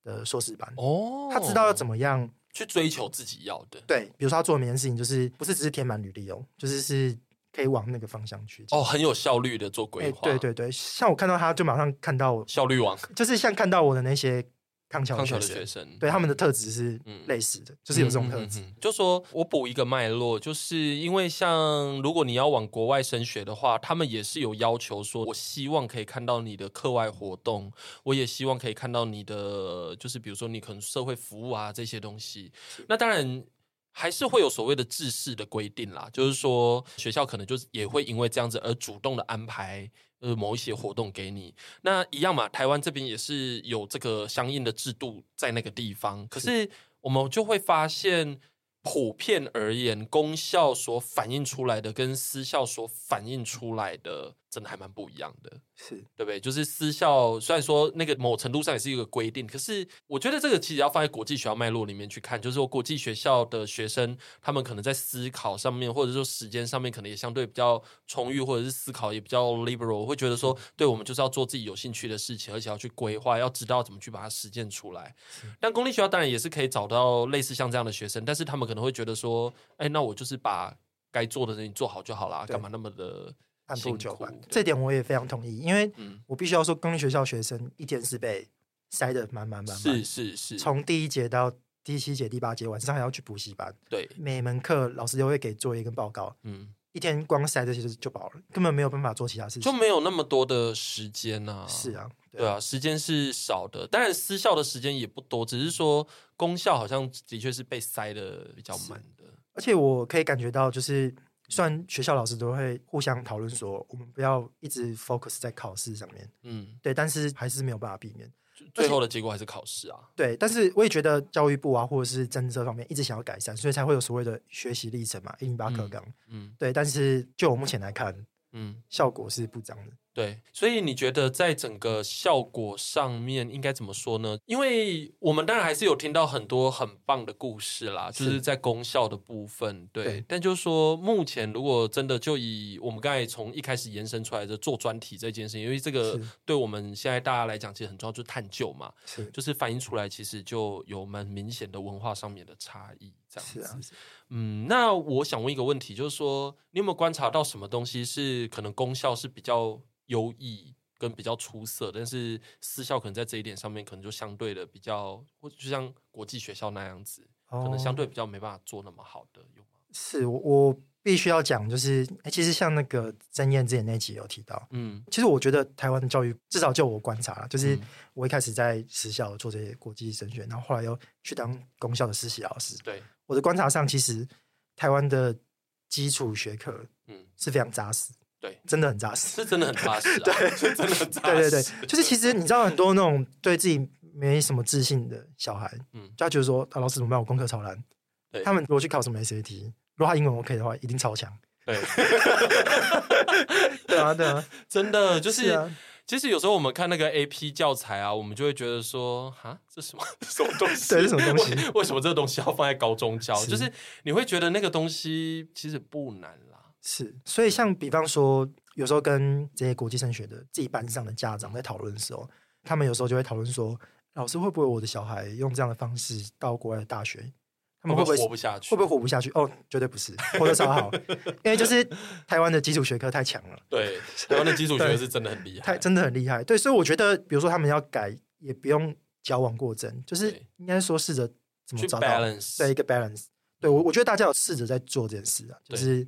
Speaker 2: 的硕士班，
Speaker 1: 哦，
Speaker 2: 她知道要怎
Speaker 1: 么
Speaker 2: 么样
Speaker 1: 去追求自己要的
Speaker 2: 对，比如说她做每件事情，就是不是只是填满履历哦，就是是可以往那个方向去。
Speaker 1: 哦，很有效率的做
Speaker 2: 哎，
Speaker 1: 规划，
Speaker 2: 对，对对，像我看到她就马上看到我，
Speaker 1: 效率王
Speaker 2: 就是像看到我的那些康桥
Speaker 1: 康
Speaker 2: 的
Speaker 1: 桥
Speaker 2: 学
Speaker 1: 的学。
Speaker 2: 生
Speaker 1: 生，嗯
Speaker 2: 对他们的特质是类似的，就是有这种特质。
Speaker 1: 嗯嗯嗯嗯就说我补一个脉络，就是因为像如果你要往国外升学的话，他们也是有要求说，我希望可以看到你的课外活动，我也希望可以看到你的，就是比如说你可能社会服务啊这些东西。那当然。还是会有所谓的制式的规定啦，就是说学校可能就是也会因为这样子而主动的安排呃某一些活动给你，那一样嘛，台湾这边也是有这个相应的制度在那个地方，可是我们就会发现，普遍而言，公校所反映出来的跟私校所反映出来的，真的还蛮不一样的。
Speaker 2: 是
Speaker 1: 对不对？就是私校虽然说那个某程度上也是一个规定，可是我觉得这个其实要放在国际学校脉络里面去看，就是说国际学校的学生，他们可能在思考上面，或者说时间上面，可能也相对比较充裕，或者是思考也比较 liberal，我会觉得
Speaker 2: 嗯
Speaker 1: 说，对我们就是要做自己有兴趣的事情，而且要去规划，要知道怎么去把它实践出来。但公立学校当然也是可以找到类似像这样的学生，但是他们可能会觉得说，哎，那我就是把该做的事情做好就好啦，
Speaker 2: 对
Speaker 1: 干嘛那么的
Speaker 2: 按
Speaker 1: 辛
Speaker 2: 部
Speaker 1: 苦？
Speaker 2: 就班，
Speaker 1: 对
Speaker 2: 这点我也非常同意，因为
Speaker 1: 嗯，
Speaker 2: 我必须要说，公立学校学生一天是被塞得满满满
Speaker 1: 是
Speaker 2: 满，
Speaker 1: 是是，
Speaker 2: 从第一节到第七节、第八节，晚上还要去补习班，
Speaker 1: 对，
Speaker 2: 每门课老师都会给作业跟报告，
Speaker 1: 嗯。
Speaker 2: 一天光塞这些就就饱了，根本没有办法做其他事
Speaker 1: 就
Speaker 2: 情。
Speaker 1: 没有那么多的时间呐、
Speaker 2: 是，啊，
Speaker 1: 对啊，时间是少的，当然私校的时间也不多，只是说公校好像的确是被塞的比较满的。
Speaker 2: 而且我可以感觉到，就是虽然学校老师都会互相讨论说，我们不要一直 focus 在考试上面，
Speaker 1: 嗯，
Speaker 2: 对，但是还是没有办法避免。
Speaker 1: 最后的结果还是考试啊。
Speaker 2: 对，但是我也觉得教育部啊，或者是政策方面一直想要改善，所以才会有所谓的学习历程嘛，一零八课纲。
Speaker 1: 嗯
Speaker 2: 对，但是就我目前来看，
Speaker 1: 嗯，
Speaker 2: 效果是不彰的。
Speaker 1: 对，所以你觉得在整个效果上面应该怎么说呢？因为我们当然还是有听到很多很棒的故事啦，就是
Speaker 2: 是
Speaker 1: 在功效的部分，对。
Speaker 2: 对
Speaker 1: 但就是说，目前如果真的就以我们刚才从一开始延伸出来的做专题这件事情，因为这个
Speaker 2: 是
Speaker 1: 对我们现在大家来讲其实很重要，就是探究嘛，
Speaker 2: 是
Speaker 1: 就是反映出来其实就有蛮明显的文化上面的差异，这样
Speaker 2: 是
Speaker 1: 子。
Speaker 2: 啊，
Speaker 1: 嗯，那我想问一个问题，就是说，你有没有观察到什么东西是可能功效是比较优异跟比较出色，但是私校可能在这一点上面可能就相对的比较，或就像国际学校那样子，可能相
Speaker 2: 哦
Speaker 1: 对比较没办法做那么好的，有吗？
Speaker 2: 是我我必须要讲，就是、诶其实像那个曾燕之前那集有提到，
Speaker 1: 嗯，
Speaker 2: 其实我觉得台湾的教育，至少就我观察啦，就是
Speaker 1: 嗯
Speaker 2: 我一开始在实校做这些国际升学，然后后来又去当公校的实习老师。
Speaker 1: 对，
Speaker 2: 我的观察上，其实台湾的基础学科
Speaker 1: 嗯，
Speaker 2: 是非常扎实，
Speaker 1: 对，
Speaker 2: 真的很扎实。
Speaker 1: 是真的很扎实、啊，对，是真的很扎
Speaker 2: 对对
Speaker 1: 实，
Speaker 2: 对，就是其实你知道很多那种对自己没什么自信的小孩，
Speaker 1: 嗯
Speaker 2: 嗯，就他觉得说啊，老师怎么办？我功课超烂
Speaker 1: 对。
Speaker 2: 他们如果去考什么 SAT，如果他英文 OK 的话，一定超强。
Speaker 1: 对。
Speaker 2: 对啊，对啊，
Speaker 1: 真的 就是，
Speaker 2: 是啊
Speaker 1: 其实有时候我们看那个 A P 教材啊，我们就会觉得说，哈，这什么 什么东西？
Speaker 2: 对这什么东西
Speaker 1: 为？为什么这个东西要放在高中教？
Speaker 2: 是
Speaker 1: 就是你会觉得那个东西其实不难啦。
Speaker 2: 是。所以像比方说，有时候跟这些国际升学的自己班上的家长在讨论的时候，他们有时候就会讨论说，老师会不会我的小孩用这样的方式到国外的大学，他嗯们
Speaker 1: 会
Speaker 2: 会不会
Speaker 1: 活不下去？
Speaker 2: 会不会活不下去？哦，绝对不是，活得超 好，因为就是台湾的基础学科太强了。
Speaker 1: 对，台湾的基础学是真的很厉害
Speaker 2: 太。真的很厉害。对，所以我觉得，比如说他们要改，也不用矫枉过正，就是
Speaker 1: 对
Speaker 2: 应该说试着怎么
Speaker 1: 去
Speaker 2: 找到
Speaker 1: balance
Speaker 2: 对一个 balance。对我，我觉得大家有试着在做这件事啊，就是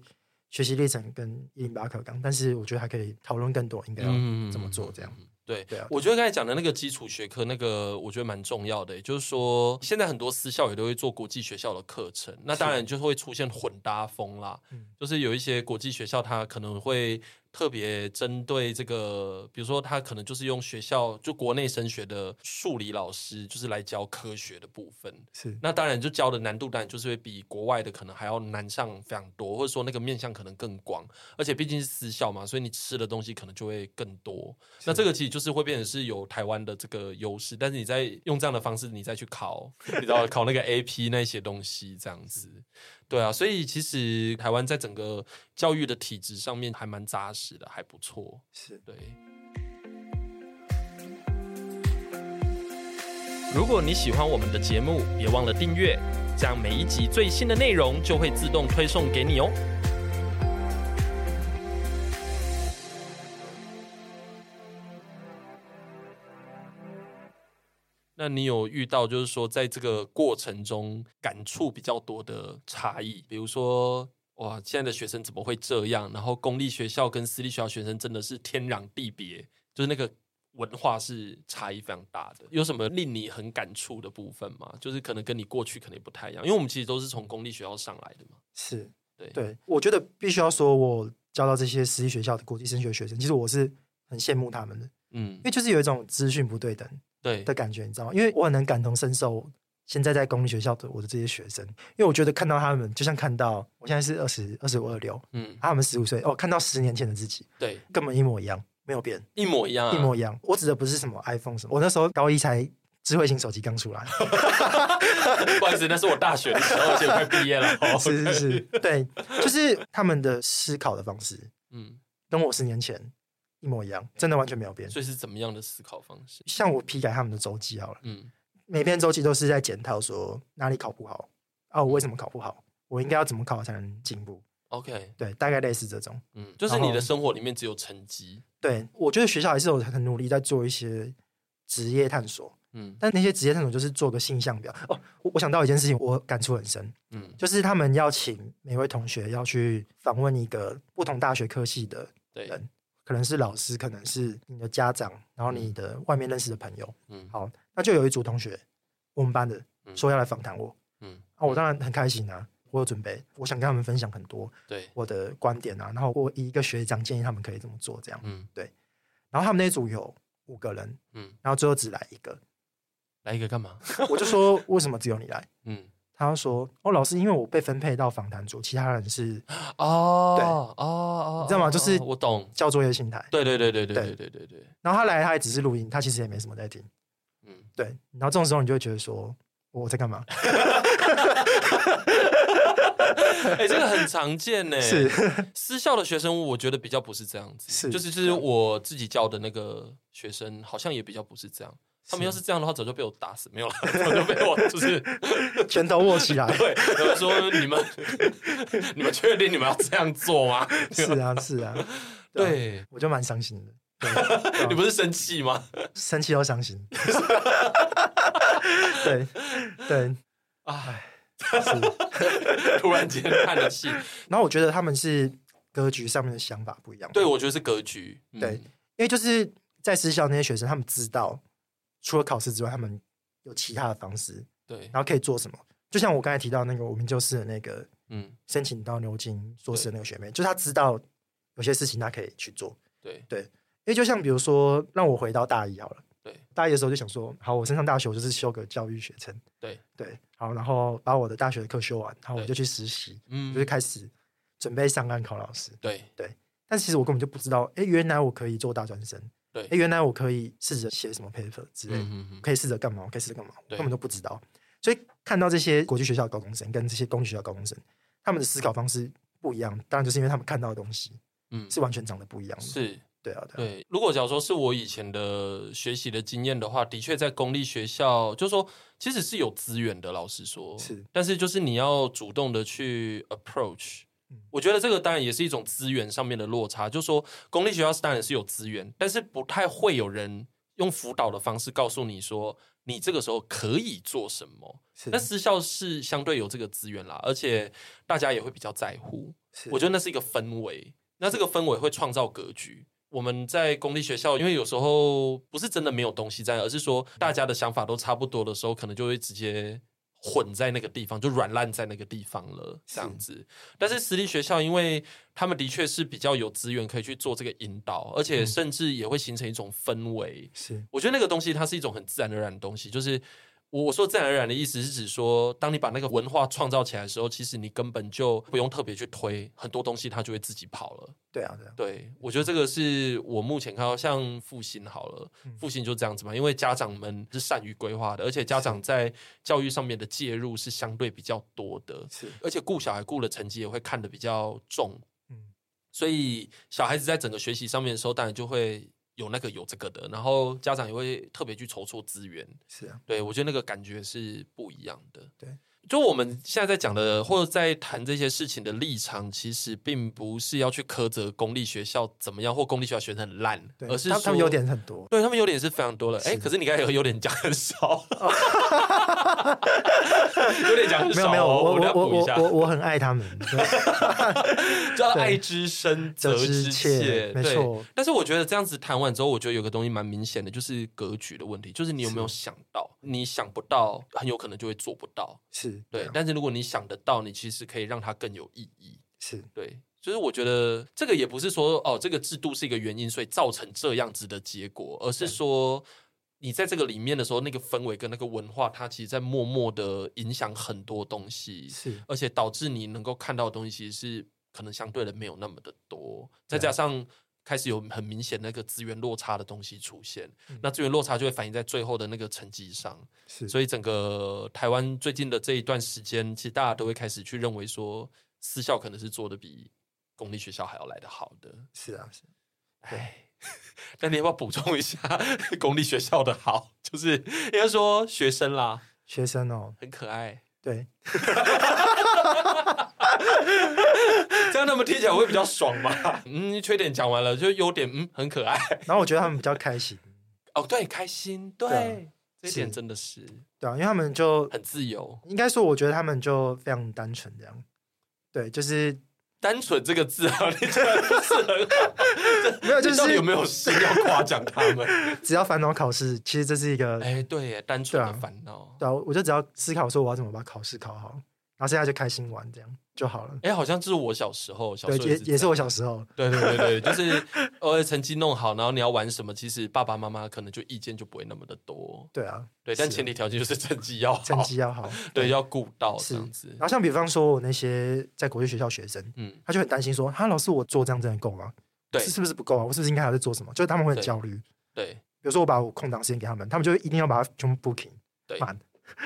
Speaker 2: 学习历程跟一零八课纲，但是我觉得还可以讨论更多，应该要
Speaker 1: 嗯
Speaker 2: 怎么做这样。
Speaker 1: 对，
Speaker 2: 对啊
Speaker 1: 我觉得刚才讲的那个基础学科，那个我觉得蛮重要的，也欸就是说，现在很多私校也都会做国际学校的课程，那当然就是会出现混搭风啦，
Speaker 2: 嗯
Speaker 1: 就是有一些国际学校它可能会特别针对这个，比如说它可能就是用学校就国内升学的数理老师，就是来教科学的部分，
Speaker 2: 是
Speaker 1: 那当然就教的难度当然就是会比国外的可能还要难上非常多，或者说那个面向可能更广，而且毕竟是私校嘛，所以你吃的东西可能就会更多。那这个其实就是会变成是有台湾的这个优势，但是你在用这样的方式，你再去考， 你知道考那个 AP 那些东西这样子，对啊，所以其实台湾在整个教育的体制上面还蛮扎实的，还不错，
Speaker 2: 是。
Speaker 1: 对。如果你喜欢我们的节目，别忘了订阅，这样每一集最新的内容就会自动推送给你哦。那你有遇到就是说，在这个过程中感触比较多的差异，比如说，哇，现在的学生怎么会这样？然后公立学校跟私立学校学生真的是天壤地别，就是那个文化是差异非常大的。有什么令你很感触的部分吗？就是可能跟你过去可能也不太一样，因为我们其实都是从公立学校上来的嘛。
Speaker 2: 是，
Speaker 1: 对
Speaker 2: 对，我觉得必须要说，我教到这些私立学校的国际升学学生，其实我是很羡慕他们的，
Speaker 1: 嗯
Speaker 2: 因，为就是有一种资讯不对等
Speaker 1: 对
Speaker 2: 的感觉，你知道吗？因为我很能感同身受现在在公立学校的我的这些学生，因为我觉得看到他们，就像看到我现在是二十二十五二六，
Speaker 1: 嗯，
Speaker 2: 他们十五岁，哦，看到十年前的自己，
Speaker 1: 对，
Speaker 2: 根本一模一样，没有变，
Speaker 1: 一模一样、啊，
Speaker 2: 一模一样。我指的不是什么 iPhone 什么，我那时候高一才智慧型手机刚出 来，
Speaker 1: 不好意思，那是我大学的时候，而且快毕业了、哦。
Speaker 2: 是是是，对，就是他们的思考的方式。
Speaker 1: 嗯，
Speaker 2: 跟我十年前一模一样，真的完全没有变。
Speaker 1: 所以是怎么样的思考方式？
Speaker 2: 像我批改他们的周记好了，
Speaker 1: 嗯
Speaker 2: 每篇周记都是在检讨说哪里考不好啊，我为什么考不好，我应该要怎么考才能进步？
Speaker 1: ，OK，
Speaker 2: 对，大概类似这种。
Speaker 1: 嗯，就是你的生活里面只有成绩，
Speaker 2: 对我觉得学校还是有很努力在做一些职业探索，
Speaker 1: 嗯
Speaker 2: 但那些职业探索就是做个性向表。哦，我我想到一件事情，我感触很深，
Speaker 1: 嗯，
Speaker 2: 就是他们要请每位同学要去访问一个不同大学科系的
Speaker 1: 对，
Speaker 2: 人，可能是老师，可能是你的家长，然后你的外面认识的朋友。
Speaker 1: 嗯
Speaker 2: 好，那就有一组同学，我们班的
Speaker 1: 嗯
Speaker 2: 说要来访谈我，
Speaker 1: 嗯，
Speaker 2: 啊，我当然很开心啊，我有准备，我想跟他们分享很多
Speaker 1: 对，
Speaker 2: 我的观点啊，然后我以一个学长建议他们可以这么做这样，
Speaker 1: 嗯
Speaker 2: 然后他们那组有五个人，
Speaker 1: 嗯，
Speaker 2: 然后最后只来一个，
Speaker 1: 来一个干 嘛？
Speaker 2: 我就说为什么只有你来？
Speaker 1: 嗯，
Speaker 2: 他就说哦，老师，因为我被分配到访谈组，其他人是
Speaker 1: 哦，
Speaker 2: 对
Speaker 1: 哦哦，
Speaker 2: 你知道吗
Speaker 1: 哦
Speaker 2: 就是
Speaker 1: 哦我懂，
Speaker 2: 交作业心态，
Speaker 1: 对对对对对对
Speaker 2: 对
Speaker 1: 对对对，
Speaker 2: 然后他来他也只是录音，他其实也没什么在听，
Speaker 1: 嗯，
Speaker 2: 对，然后这种时候你就会觉得说我在干嘛？
Speaker 1: 哎，这个很常见呢，
Speaker 2: 是
Speaker 1: 私校的学生，我觉得比较不是这样子，
Speaker 2: 是
Speaker 1: 就是就是我自己教的那个学生，好像也比较不是这样。他们要是这样的话，早就被我打死，没有了， 早就被我 就是
Speaker 2: 拳头握起来，
Speaker 1: 对，有人说你们你们 确定你们要这样做吗？
Speaker 2: 是啊是啊，啊
Speaker 1: 对，
Speaker 2: 我就蛮伤心的。对对啊
Speaker 1: 你不是生气吗？
Speaker 2: 生气又伤心。 对对，
Speaker 1: 啊，
Speaker 2: 是。
Speaker 1: 突然间叹了气。
Speaker 2: 然后我觉得他们是格局上面的想法不一样，
Speaker 1: 对，
Speaker 2: 因
Speaker 1: 我觉得是格局。嗯
Speaker 2: 对，为就是在私校那些学生，他们知道除了考试之外，他们有其他的方式，
Speaker 1: 对，
Speaker 2: 然后可以做什么。就像我刚才提到那个我们就是的那个
Speaker 1: 嗯，
Speaker 2: 申请到牛津硕士的那个学妹，就是她知道有些事情她可以去做。
Speaker 1: 对，
Speaker 2: 因为就像比如说，让我回到大一好了。
Speaker 1: 对，
Speaker 2: 大一的时候就想说，好，我升上大学，我就是修个教育学程。
Speaker 1: 对
Speaker 2: 对，好，然后把我的大学的课修完，然后我
Speaker 1: 对
Speaker 2: 就去实习，我就
Speaker 1: 嗯，
Speaker 2: 开始准备上岸考老师。
Speaker 1: 对，
Speaker 2: 但其实我根本就不知道，哎，原来我可以做大专生，
Speaker 1: 对
Speaker 2: 哎，原来我可以试着写什么 paper 之类的，
Speaker 1: 嗯嗯嗯
Speaker 2: 可以试着干嘛，我可以试着干嘛，我
Speaker 1: 对
Speaker 2: 根本都不知道。所以看到这些国际学校的高中生跟这些公立学校的高中生，他们的思考方式不一样，当然就是因为他们看到的东西
Speaker 1: 嗯，
Speaker 2: 是完全长得不一样的。
Speaker 1: 是。
Speaker 2: 对啊，对啊，
Speaker 1: 对，如果假如说是我以前的学习的经验的话，的确在公立学校，就是说其实是有资源的，老实说
Speaker 2: 是
Speaker 1: 但是就是你要主动的去 approach
Speaker 2: 嗯。
Speaker 1: 我觉得这个当然也是一种资源上面的落差，就是说公立学校当然是有资源，但是不太会有人用辅导的方式告诉你说你这个时候可以做什么。
Speaker 2: 是
Speaker 1: 那私校是相对有这个资源啦，而且大家也会比较在乎。
Speaker 2: 是
Speaker 1: 我觉得那是一个氛围，那这个氛围会创造格局。我们在公立学校，因为有时候不是真的没有东西在，而是说大家的想法都差不多的时候，可能就会直接混在那个地方，就软烂在那个地方了，这样子。但是私立学校，因为他们的确是比较有资源可以去做这个引导，而且甚至也会形成一种氛围。
Speaker 2: 是
Speaker 1: 我觉得那个东西它是一种很自然而然的东西，就是我我说自然而然的意思是指说，当你把那个文化创造起来的时候，其实你根本就不用特别去推，很多东西它就会自己跑了。
Speaker 2: 对啊，对啊，
Speaker 1: 对，我觉得这个是我目前看到，像复兴好了，复兴就这样子嘛，因为家长们是善于规划的，而且家长在教育上面的介入是相对比较多的，
Speaker 2: 是
Speaker 1: 而且顾小孩顾的成绩也会看得比较重，
Speaker 2: 嗯
Speaker 1: 所以小孩子在整个学习上面的时候，当然就会有那个有这个的，然后家长也会特别去筹措资源，
Speaker 2: 是啊，
Speaker 1: 对，我觉得那个感觉是不一样的。
Speaker 2: 对，
Speaker 1: 就我们现在在讲的或者在谈这些事情的立场，其实并不是要去苛责公立学校怎么样，或公立学校学生很烂，
Speaker 2: 对，
Speaker 1: 而是
Speaker 2: 他他们
Speaker 1: 说
Speaker 2: 优点很多，
Speaker 1: 对他们优点是非常多的。哎，
Speaker 2: 是
Speaker 1: 可是你刚才有优点讲很 少，优点讲很
Speaker 2: 没
Speaker 1: 少哦、
Speaker 2: 有没有，我
Speaker 1: 我们要
Speaker 2: 我我
Speaker 1: 补一
Speaker 2: 我
Speaker 1: 下，
Speaker 2: 我我很爱他们，
Speaker 1: 叫爱之深
Speaker 2: 责
Speaker 1: 责
Speaker 2: 之
Speaker 1: 之
Speaker 2: 切
Speaker 1: 切，
Speaker 2: 没
Speaker 1: 对
Speaker 2: 错
Speaker 1: 但是我觉得这样子谈完之后，我觉得有个东西蛮明显的，就是格局的问题，就是你有没有想到，你想不到，很有可能就会做不到。
Speaker 2: 是
Speaker 1: 嗯对，但是如果你想得到，你其实可以让它更有意义。
Speaker 2: 是
Speaker 1: 对，就是我觉得这个也不是说哦，这个制度是一个原因，所以造成这样子的结果，而是说你在这个里面的时候，那个氛围跟那个文化，它其实在默默的影响很多东西，
Speaker 2: 是
Speaker 1: 而且导致你能够看到的东西其实是可能相对的没有那么的多，再
Speaker 2: 对
Speaker 1: 加
Speaker 2: 啊
Speaker 1: 上。开始有很明显那个资源落差的东西出现，那资源落差就会反映在最后的那个成绩上。
Speaker 2: 嗯是，
Speaker 1: 所以整个台湾最近的这一段时间，其实大家都会开始去认为说，私校可能是做的比公立学校还要来得好的。
Speaker 2: 是啊，是
Speaker 1: 哎，那你要不要补充一下 公立学校的好？就是应该说学生啦，
Speaker 2: 学生哦，
Speaker 1: 很可爱，
Speaker 2: 对，
Speaker 1: 这样他们听起来会比较爽嘛。 嗯，缺点讲完了，就优点，嗯，很可爱。
Speaker 2: 然后我觉得他们比较开心，
Speaker 1: 哦，对，开心，对，
Speaker 2: 对啊
Speaker 1: 这一点
Speaker 2: 是
Speaker 1: 真的是
Speaker 2: 对啊，因为他们就
Speaker 1: 很自由。
Speaker 2: 应该说，我觉得他们就非常单纯这样，对，就是
Speaker 1: 单纯这个字啊， 你真的不是很好。
Speaker 2: 没 有，就
Speaker 1: 这到底有
Speaker 2: 是
Speaker 1: 没有心要夸奖他们？
Speaker 2: 只要烦恼考试，其实这是一个
Speaker 1: 哎、对耶，单纯
Speaker 2: 对
Speaker 1: 的
Speaker 2: 啊
Speaker 1: 烦恼。
Speaker 2: 对啊，我就只要思考说我要怎么把考试考好，然后现在就开心玩这样就好了。
Speaker 1: 哎、好像就是我小时候，小
Speaker 2: 对
Speaker 1: 时，候
Speaker 2: 也也是我
Speaker 1: 小，
Speaker 2: 小时候，
Speaker 1: 对对对对，就是偶尔成绩弄好，然后你要玩什么，其实爸爸妈妈可能就意见就不会那么的多。
Speaker 2: 对啊，
Speaker 1: 对，但
Speaker 2: 是啊
Speaker 1: 前提条件就是成绩要 好，
Speaker 2: 成绩要好。
Speaker 1: 对要顾到
Speaker 2: 是
Speaker 1: 这样子
Speaker 2: 然。后像比方说，我那些在国际学校学生，
Speaker 1: 嗯，
Speaker 2: 他就很担心说：“哈，老师，我做这样真的够吗？
Speaker 1: 对
Speaker 2: 是是不是不够啊？我是不是应该还要再做什么？”就是他们会很
Speaker 1: 对
Speaker 2: 焦虑。比
Speaker 1: 对，
Speaker 2: 如说我把我空档时间给他们，他们就一定要把它全部 booking
Speaker 1: 对嗯
Speaker 2: 满，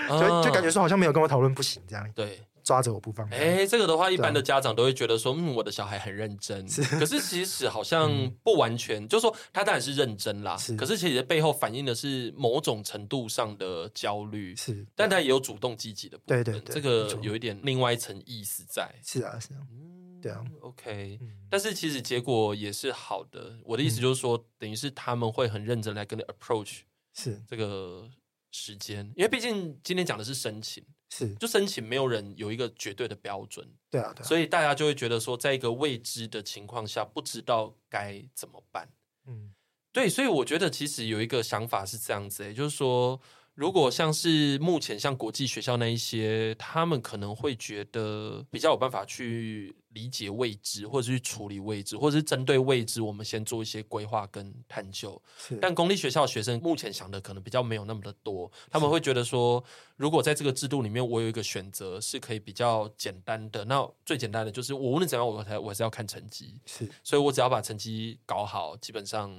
Speaker 1: 就
Speaker 2: 就就感觉说好像没有跟我讨论不行这样，
Speaker 1: 啊对。
Speaker 2: 抓着我不放。
Speaker 1: 哎，这个的话，一般
Speaker 2: 对啊
Speaker 1: 的家长都会觉得说，嗯，我的小孩很认真。 可是其实好像不完全，就是说他当然是认真啦
Speaker 2: 嗯是，
Speaker 1: 可是其实背后反映的是某种程度上的焦虑。
Speaker 2: 是，啊
Speaker 1: 但他也有主动积极的部
Speaker 2: 对
Speaker 1: 分，
Speaker 2: 对对
Speaker 1: 这
Speaker 2: 没
Speaker 1: 个
Speaker 2: 错
Speaker 1: 有一点另外一层意思在。
Speaker 2: 是啊，是啊，对啊
Speaker 1: 嗯，OK，
Speaker 2: 嗯，
Speaker 1: 但是其实结果也是好的。我的意思就是说，等于是他们会很认真来跟你 approach
Speaker 2: 是
Speaker 1: 这个时间，因为毕竟今天讲的是申请，
Speaker 2: 是，
Speaker 1: 就申请没有人有一个绝对的标准，
Speaker 2: 对啊，对啊，
Speaker 1: 所以大家就会觉得说，在一个未知的情况下，不知道该怎么办。
Speaker 2: 嗯，
Speaker 1: 对，所以我觉得其实有一个想法是这样子、欸，就是说，如果像是目前像国际学校那一些，他们可能会觉得比较有办法去理解未知，或者去处理未知，或者是针对未知，我们先做一些规划跟探究。
Speaker 2: 是，
Speaker 1: 但公立学校学生目前想的可能比较没有那么的多，他们会觉得说，如果在这个制度里面，我有一个选择是可以比较简单的，那最简单的就是我无论怎样，我才我还是要看成绩。
Speaker 2: 是
Speaker 1: 所以我只要把成绩搞好，基本上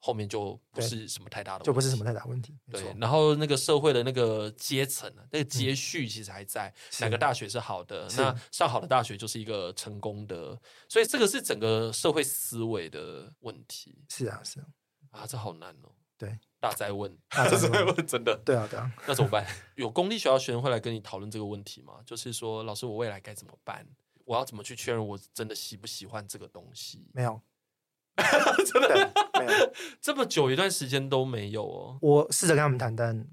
Speaker 1: 后面就不是什么太大的，
Speaker 2: 就不是什么。太大问题，没
Speaker 1: 对
Speaker 2: 错，，嗯
Speaker 1: 然后那个社会的那个阶层啊，那个接续其实还在，
Speaker 2: 是
Speaker 1: 哪个大学是好的，
Speaker 2: 是
Speaker 1: 那上好的大学就是一个成功的，所以这个是整个社会思维的问题
Speaker 2: 是啊，是啊，
Speaker 1: 啊，这好难哦。
Speaker 2: 对，
Speaker 1: 大灾问，
Speaker 2: 大灾问
Speaker 1: 真的，
Speaker 2: 对啊，对啊，
Speaker 1: 那怎么办？ 有公立学校学生会来跟你讨论这个问题吗？就是说，老师，我未来该怎么办？我要怎么去确认我真的喜不喜欢这个东西？
Speaker 2: 没有，真的没有。
Speaker 1: 这么久一段时间都没有哦，
Speaker 2: 我试着跟他们谈，但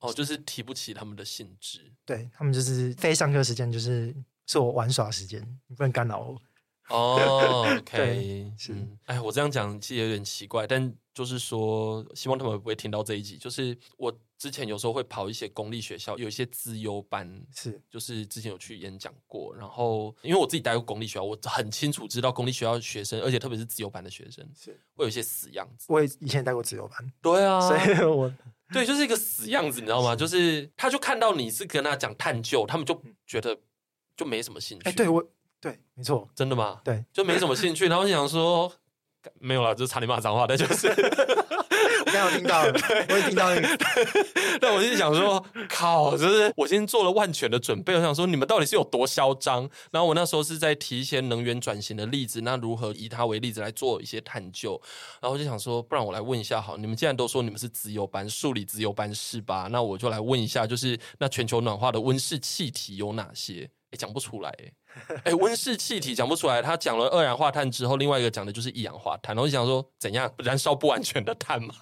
Speaker 1: 哦，就是提不起他们的兴致。
Speaker 2: 对他们就是非上课时间就是是我玩耍时间，你不能干扰我。
Speaker 1: 哦，OK，
Speaker 2: 对是
Speaker 1: 嗯哎、我这样讲其实有点奇怪，但就是说，希望他们不会听到这一集。就是我之前有时候会跑一些公立学校，有一些资优班，
Speaker 2: 是
Speaker 1: 就是之前有去演讲过。然后，因为我自己待过公立学校，我很清楚知道公立学校的学生，而且特别是资优班的学生，
Speaker 2: 是，
Speaker 1: 会有一些死样子。
Speaker 2: 我也以前也带过自由班，
Speaker 1: 对啊，
Speaker 2: 所 以我
Speaker 1: 对，就是一个死样子，你知道吗？就是嗯他就看到你是跟他讲探究，他们就觉得就没什么兴趣。
Speaker 2: 哎、对我对，没错，
Speaker 1: 真的吗？
Speaker 2: 对，
Speaker 1: 就没什么兴趣，然后就想说。干没有啦，就是差点骂脏话，但就是，
Speaker 2: 我刚刚有听到 了，我也听到那个，
Speaker 1: 但我就想说，靠，就是我先做了万全的准备，我想说你们到底是有多嚣张。然后我那时候是在提一些能源转型的例子，那如何以它为例子来做一些探究。然后我就想说，不然我来问一下，好，你们既然都说你们是自由班，数理自由班是吧？那我就来问一下，就是那全球暖化的温室气体有哪些？诶讲不出来、诶哎，温室气体讲不出来，他讲了二氧化碳之后，另外一个讲的就是一氧化碳，然后就想说怎样燃烧不完全的碳嘛，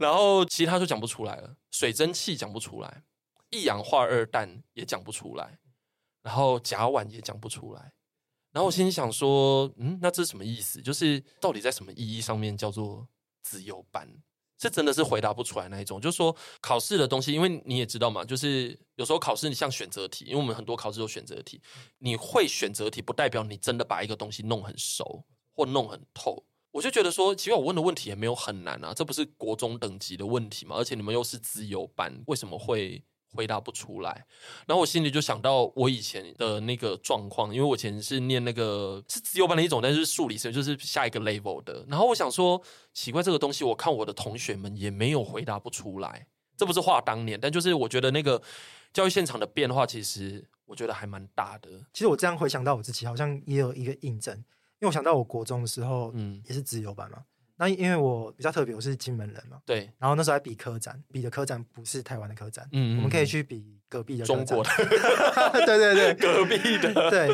Speaker 1: 然后其他就讲不出来了，水蒸气讲不出来，一氧化二氮也讲不出来，然后甲烷也讲不出来，然后我心里想说，嗯，那这是什么意思？就是到底在什么意义上面叫做自由班？这真的是回答不出来那一种，就是说考试的东西，因为你也知道嘛，就是有时候考试你像选择题，因为我们很多考试有选择题，你会选择题不代表你真的把一个东西弄很熟或弄很透。我就觉得说，其实我问的问题也没有很难啊，这不是国中等级的问题嘛？而且你们又是资优班，为什么会回答不出来？然后我心里就想到我以前的那个状况，因为我以前是念那个是自由班的一种，但是数理生就是下一个 level 的。然后我想说，奇怪，这个东西我看我的同学们也没有回答不出来，这不是话当年，但就是我觉得那个教育现场的变化，其实我觉得还蛮大的。
Speaker 2: 其实我这样回想到我自己，好像也有一个印证，因为我想到我国中的时候，
Speaker 1: 嗯
Speaker 2: 嗯，也是自由班嘛。那因为我比较特别，我是金门人嘛，
Speaker 1: 对，
Speaker 2: 然后那时候还比科展，比的科展不是台湾的科展，
Speaker 1: 嗯
Speaker 2: 我们可以去比隔壁的科
Speaker 1: 中
Speaker 2: 展
Speaker 1: 国的
Speaker 2: 对对对，
Speaker 1: 隔壁的，
Speaker 2: 对，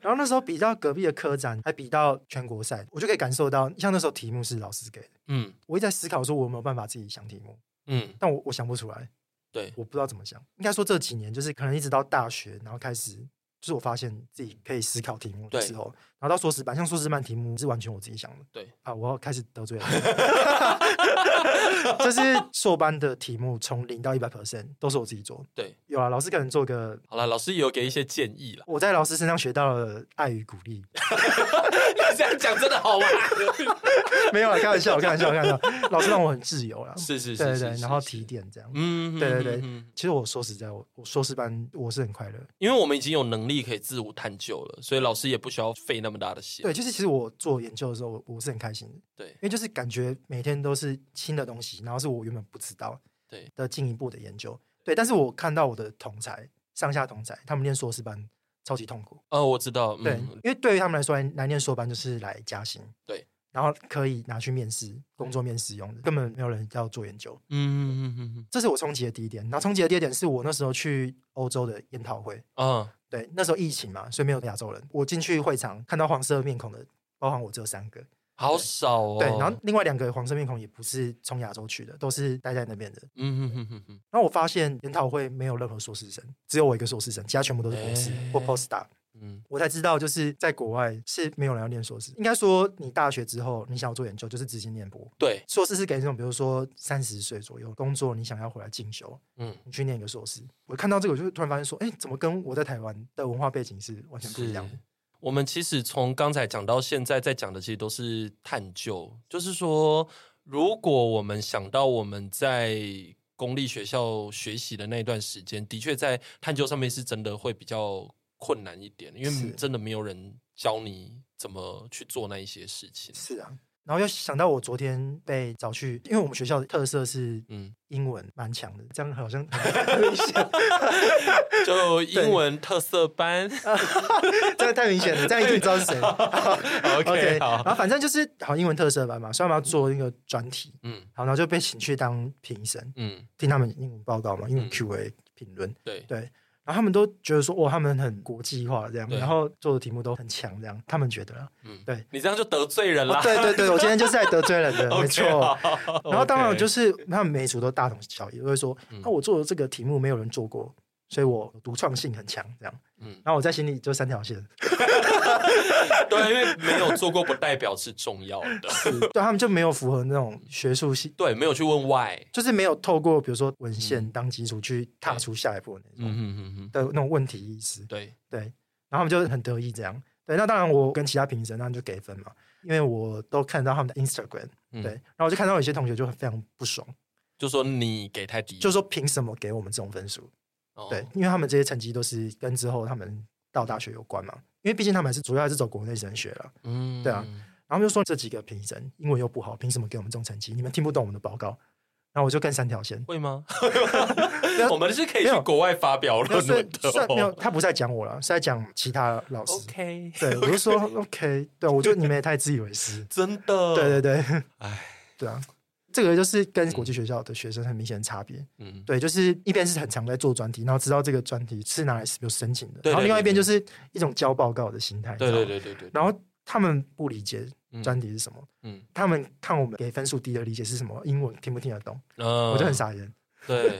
Speaker 2: 然后那时候比到隔壁的科展，还比到全国赛，我就可以感受到，像那时候题目是老师给的，
Speaker 1: 嗯
Speaker 2: 我一直在思考说我有没有办法自己想题目，
Speaker 1: 嗯，
Speaker 2: 但我我想不出来，
Speaker 1: 对，
Speaker 2: 我不知道怎么想。应该说这几年就是可能一直到大学，然后开始就是我发现自己可以思考题目的
Speaker 1: 对
Speaker 2: 时候，然后到硕士班，像硕士班题目是完全我自己想的。
Speaker 1: 对
Speaker 2: 啊，我要开始得 罪人，就是硕班的题目从零到一百 percent 都是我自己做。
Speaker 1: 对，
Speaker 2: 有啊，老师可能做个。
Speaker 1: 好了，老师也有给一些建议了。
Speaker 2: 我在老师身上学到了爱与鼓励，
Speaker 1: 这样讲真的好吗？
Speaker 2: 没有啊，开玩笑，开玩笑，开玩笑。老师让我很自由啦，
Speaker 1: 是是是，
Speaker 2: 对对
Speaker 1: 是
Speaker 2: 对，
Speaker 1: 是
Speaker 2: 然后
Speaker 1: 是
Speaker 2: 提点这样。
Speaker 1: 嗯，
Speaker 2: 对对对
Speaker 1: 嗯嗯嗯
Speaker 2: 其实我说实在，我我硕士班我是很快乐，
Speaker 1: 因为我们已经有能力可以自我探究了，所以老师也不需要费那么大的心。
Speaker 2: 对，就是其实我做研究的时候，我我是很开心的，
Speaker 1: 对
Speaker 2: 因为就是感觉每天都是新的东西，然后是我原本不知道
Speaker 1: 对
Speaker 2: 的进一步的研究。对，但是我看到我的同才上下同才，他们念硕士班超级痛苦。
Speaker 1: 哦，我知道，
Speaker 2: 对，
Speaker 1: 嗯，
Speaker 2: 因为对于他们来说，来来念硕班就是来加薪。
Speaker 1: 对。
Speaker 2: 然后可以拿去面试、工作面试用的，根本没有人要做研究，
Speaker 1: 嗯嗯嗯嗯
Speaker 2: 这是我冲击的第一点。然后冲击的第二点是我那时候去欧洲的研讨会，
Speaker 1: 嗯，啊，
Speaker 2: 对，那时候疫情嘛，所以没有亚洲人。我进去会场看到黄色面孔的，包含我只有三个，
Speaker 1: 好少哦。
Speaker 2: 对，然后另外两个黄色面孔也不是从亚洲去的，都是待在那边的。
Speaker 1: 嗯嗯嗯嗯
Speaker 2: 然后我发现研讨会没有任何硕士生，只有我一个硕士生，其他全部都是博士
Speaker 1: 哎
Speaker 2: 或 postdoc。
Speaker 1: 嗯
Speaker 2: 我才知道，就是在国外是没有人要念硕士。应该说，你大学之后你想要做研究，就是直接念博。
Speaker 1: 对，
Speaker 2: 硕士是给那种，比如说三十岁左右工作，你想要回来进修，
Speaker 1: 嗯，
Speaker 2: 你去念一个硕士。我看到这个，我就突然发现说，哎，怎么跟我在台湾的文化背景是完全不一样的？
Speaker 1: 是。我们其实从刚才讲到现在，在讲的其实都是探究，就是说，如果我们想到我们在公立学校学习的那段时间，的确在探究上面是真的会比较困难一点，因为
Speaker 2: 是
Speaker 1: 真的没有人教你怎么去做那一些事情。
Speaker 2: 是啊。然后又想到我昨天被找去，因为我们学校的特色是
Speaker 1: 嗯，
Speaker 2: 英文蛮强的，这样好像 很明显，
Speaker 1: 就英文特色 班。
Speaker 2: 这样太明显了，这样一定知道是 谁。
Speaker 1: OK，
Speaker 2: 然
Speaker 1: 好，
Speaker 2: 后反正就是好英文特色班嘛，所以我们要做一个专题，
Speaker 1: 嗯
Speaker 2: 好，然后就被请去当评审，
Speaker 1: 嗯，
Speaker 2: 听他们英文报告嘛，英文
Speaker 1: 嗯
Speaker 2: Q&A 评论，
Speaker 1: 对，
Speaker 2: 对。然后他们都觉得说，哇，他们很国际化这样，
Speaker 1: 对
Speaker 2: 然后做的题目都很强这样，他们觉得啊啦。
Speaker 1: 嗯，
Speaker 2: 对
Speaker 1: 你这样就得罪人啦。
Speaker 2: 哦对对对，我今天就是在得罪 人的，没
Speaker 1: 啊 OK，
Speaker 2: 错。
Speaker 1: 好
Speaker 2: 然后当然
Speaker 1: OK 嗯
Speaker 2: 就是他们每一组都大同小异，都会说，那、我做的这个题目没有人做过，所以我独创性很强，这样。
Speaker 1: 嗯
Speaker 2: 然后我在心里就三条线，
Speaker 1: 对，因为没有做过不代表是重要 的。
Speaker 2: 对他们就没有符合那种学术系，
Speaker 1: 对，没有去问 why。
Speaker 2: 就是没有透过比如说文献当基础去踏出下一步的
Speaker 1: 嗯
Speaker 2: 那种
Speaker 1: 哼哼哼，
Speaker 2: 的那种问题意识。
Speaker 1: 对，
Speaker 2: 对，然后他们就很得意这样。对，那当然我跟其他评审，那就给分嘛，因为我都看到他们的 Instagram，
Speaker 1: 嗯
Speaker 2: 对，然后我就看到有些同学就非常不爽，
Speaker 1: 就说你给太低，
Speaker 2: 就说凭什么给我们这种分数？
Speaker 1: 哦
Speaker 2: 对，因为他们这些成绩都是跟之后他们到大学有关嘛，因为毕竟他们还是主要还是走国内升学了。
Speaker 1: 嗯
Speaker 2: 对啊然后他们就说这几个评审英文又不好，凭什么给我们这种成绩？你们听不懂我们的报告？然后我就更三条 线，
Speaker 1: 会 吗？
Speaker 2: 有
Speaker 1: 我们是可以
Speaker 2: 没
Speaker 1: 去
Speaker 2: 有
Speaker 1: 国外发表
Speaker 2: 没有
Speaker 1: 论
Speaker 2: 所
Speaker 1: 文
Speaker 2: 以
Speaker 1: 的、
Speaker 2: 算没有，
Speaker 1: 哦。
Speaker 2: 他不在讲我了，是在讲其他老师。
Speaker 1: OK，
Speaker 2: 对，我 就说 OK，对，我觉得你们也太自以为是。
Speaker 1: 真的，
Speaker 2: 对对对，
Speaker 1: 哎，
Speaker 2: 对啊，这个就是跟国际学校的学生很明显的差别。
Speaker 1: 嗯，
Speaker 2: 对，就是一边是很常在做专题，然后知道这个专题是拿来有申请的，
Speaker 1: 对
Speaker 2: 然后
Speaker 1: 对
Speaker 2: 另外一边
Speaker 1: 对
Speaker 2: 就是一种交报告的心态。
Speaker 1: 对
Speaker 2: 你知道
Speaker 1: 对
Speaker 2: 吗
Speaker 1: 对对对，
Speaker 2: 然后他们不理解
Speaker 1: 嗯
Speaker 2: 专题是什么，
Speaker 1: 嗯，
Speaker 2: 他们看我们给分数低的理解是什么，英文听不听得懂，
Speaker 1: 呃
Speaker 2: 我就很傻眼。
Speaker 1: 对，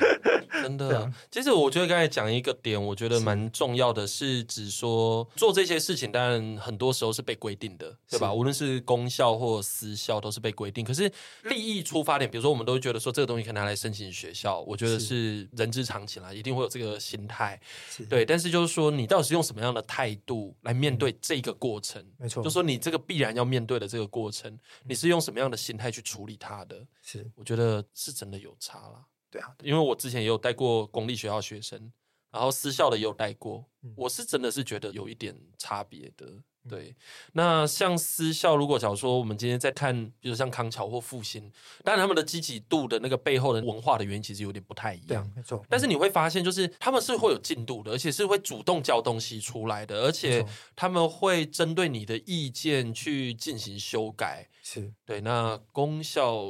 Speaker 1: 真
Speaker 2: 对
Speaker 1: 的
Speaker 2: 啊。
Speaker 1: 其实我觉得刚才讲一个点，我觉得蛮重要的，是指说做这些事情，当然很多时候是被规定的，对吧？
Speaker 2: 是
Speaker 1: 无论是公校或私校，都是被规定。可是利益出发点，比如说我们都会觉得说这个东西可以拿来申请学校，我觉得是人之常情啦，一定会有这个心态。
Speaker 2: 是，
Speaker 1: 对，但是就是说，你到底是用什么样的态度来面对这个过程？
Speaker 2: 嗯没错，嗯
Speaker 1: 就说你这个必然要面对的这个过程，你是用什么样的心态去处理它的？
Speaker 2: 是
Speaker 1: 我觉得是真的有差啦。
Speaker 2: 对啊，
Speaker 1: 因为我之前也有带过公立学校学生，然后私校的也有带过，
Speaker 2: 嗯
Speaker 1: 我是真的是觉得有一点差别的。对，那像私校，如果假如说我们今天在看，比如像康桥或复兴，当然他们的积极度的那个背后的文化的原因，其实有点不太一
Speaker 2: 对啊
Speaker 1: 样，。
Speaker 2: 没错。
Speaker 1: 但是你会发现，就是他们是会有进度的，而且是会主动交东西出来的，而且
Speaker 2: 没错
Speaker 1: 他们会针对你的意见去进行修改。
Speaker 2: 嗯是
Speaker 1: 对，那功效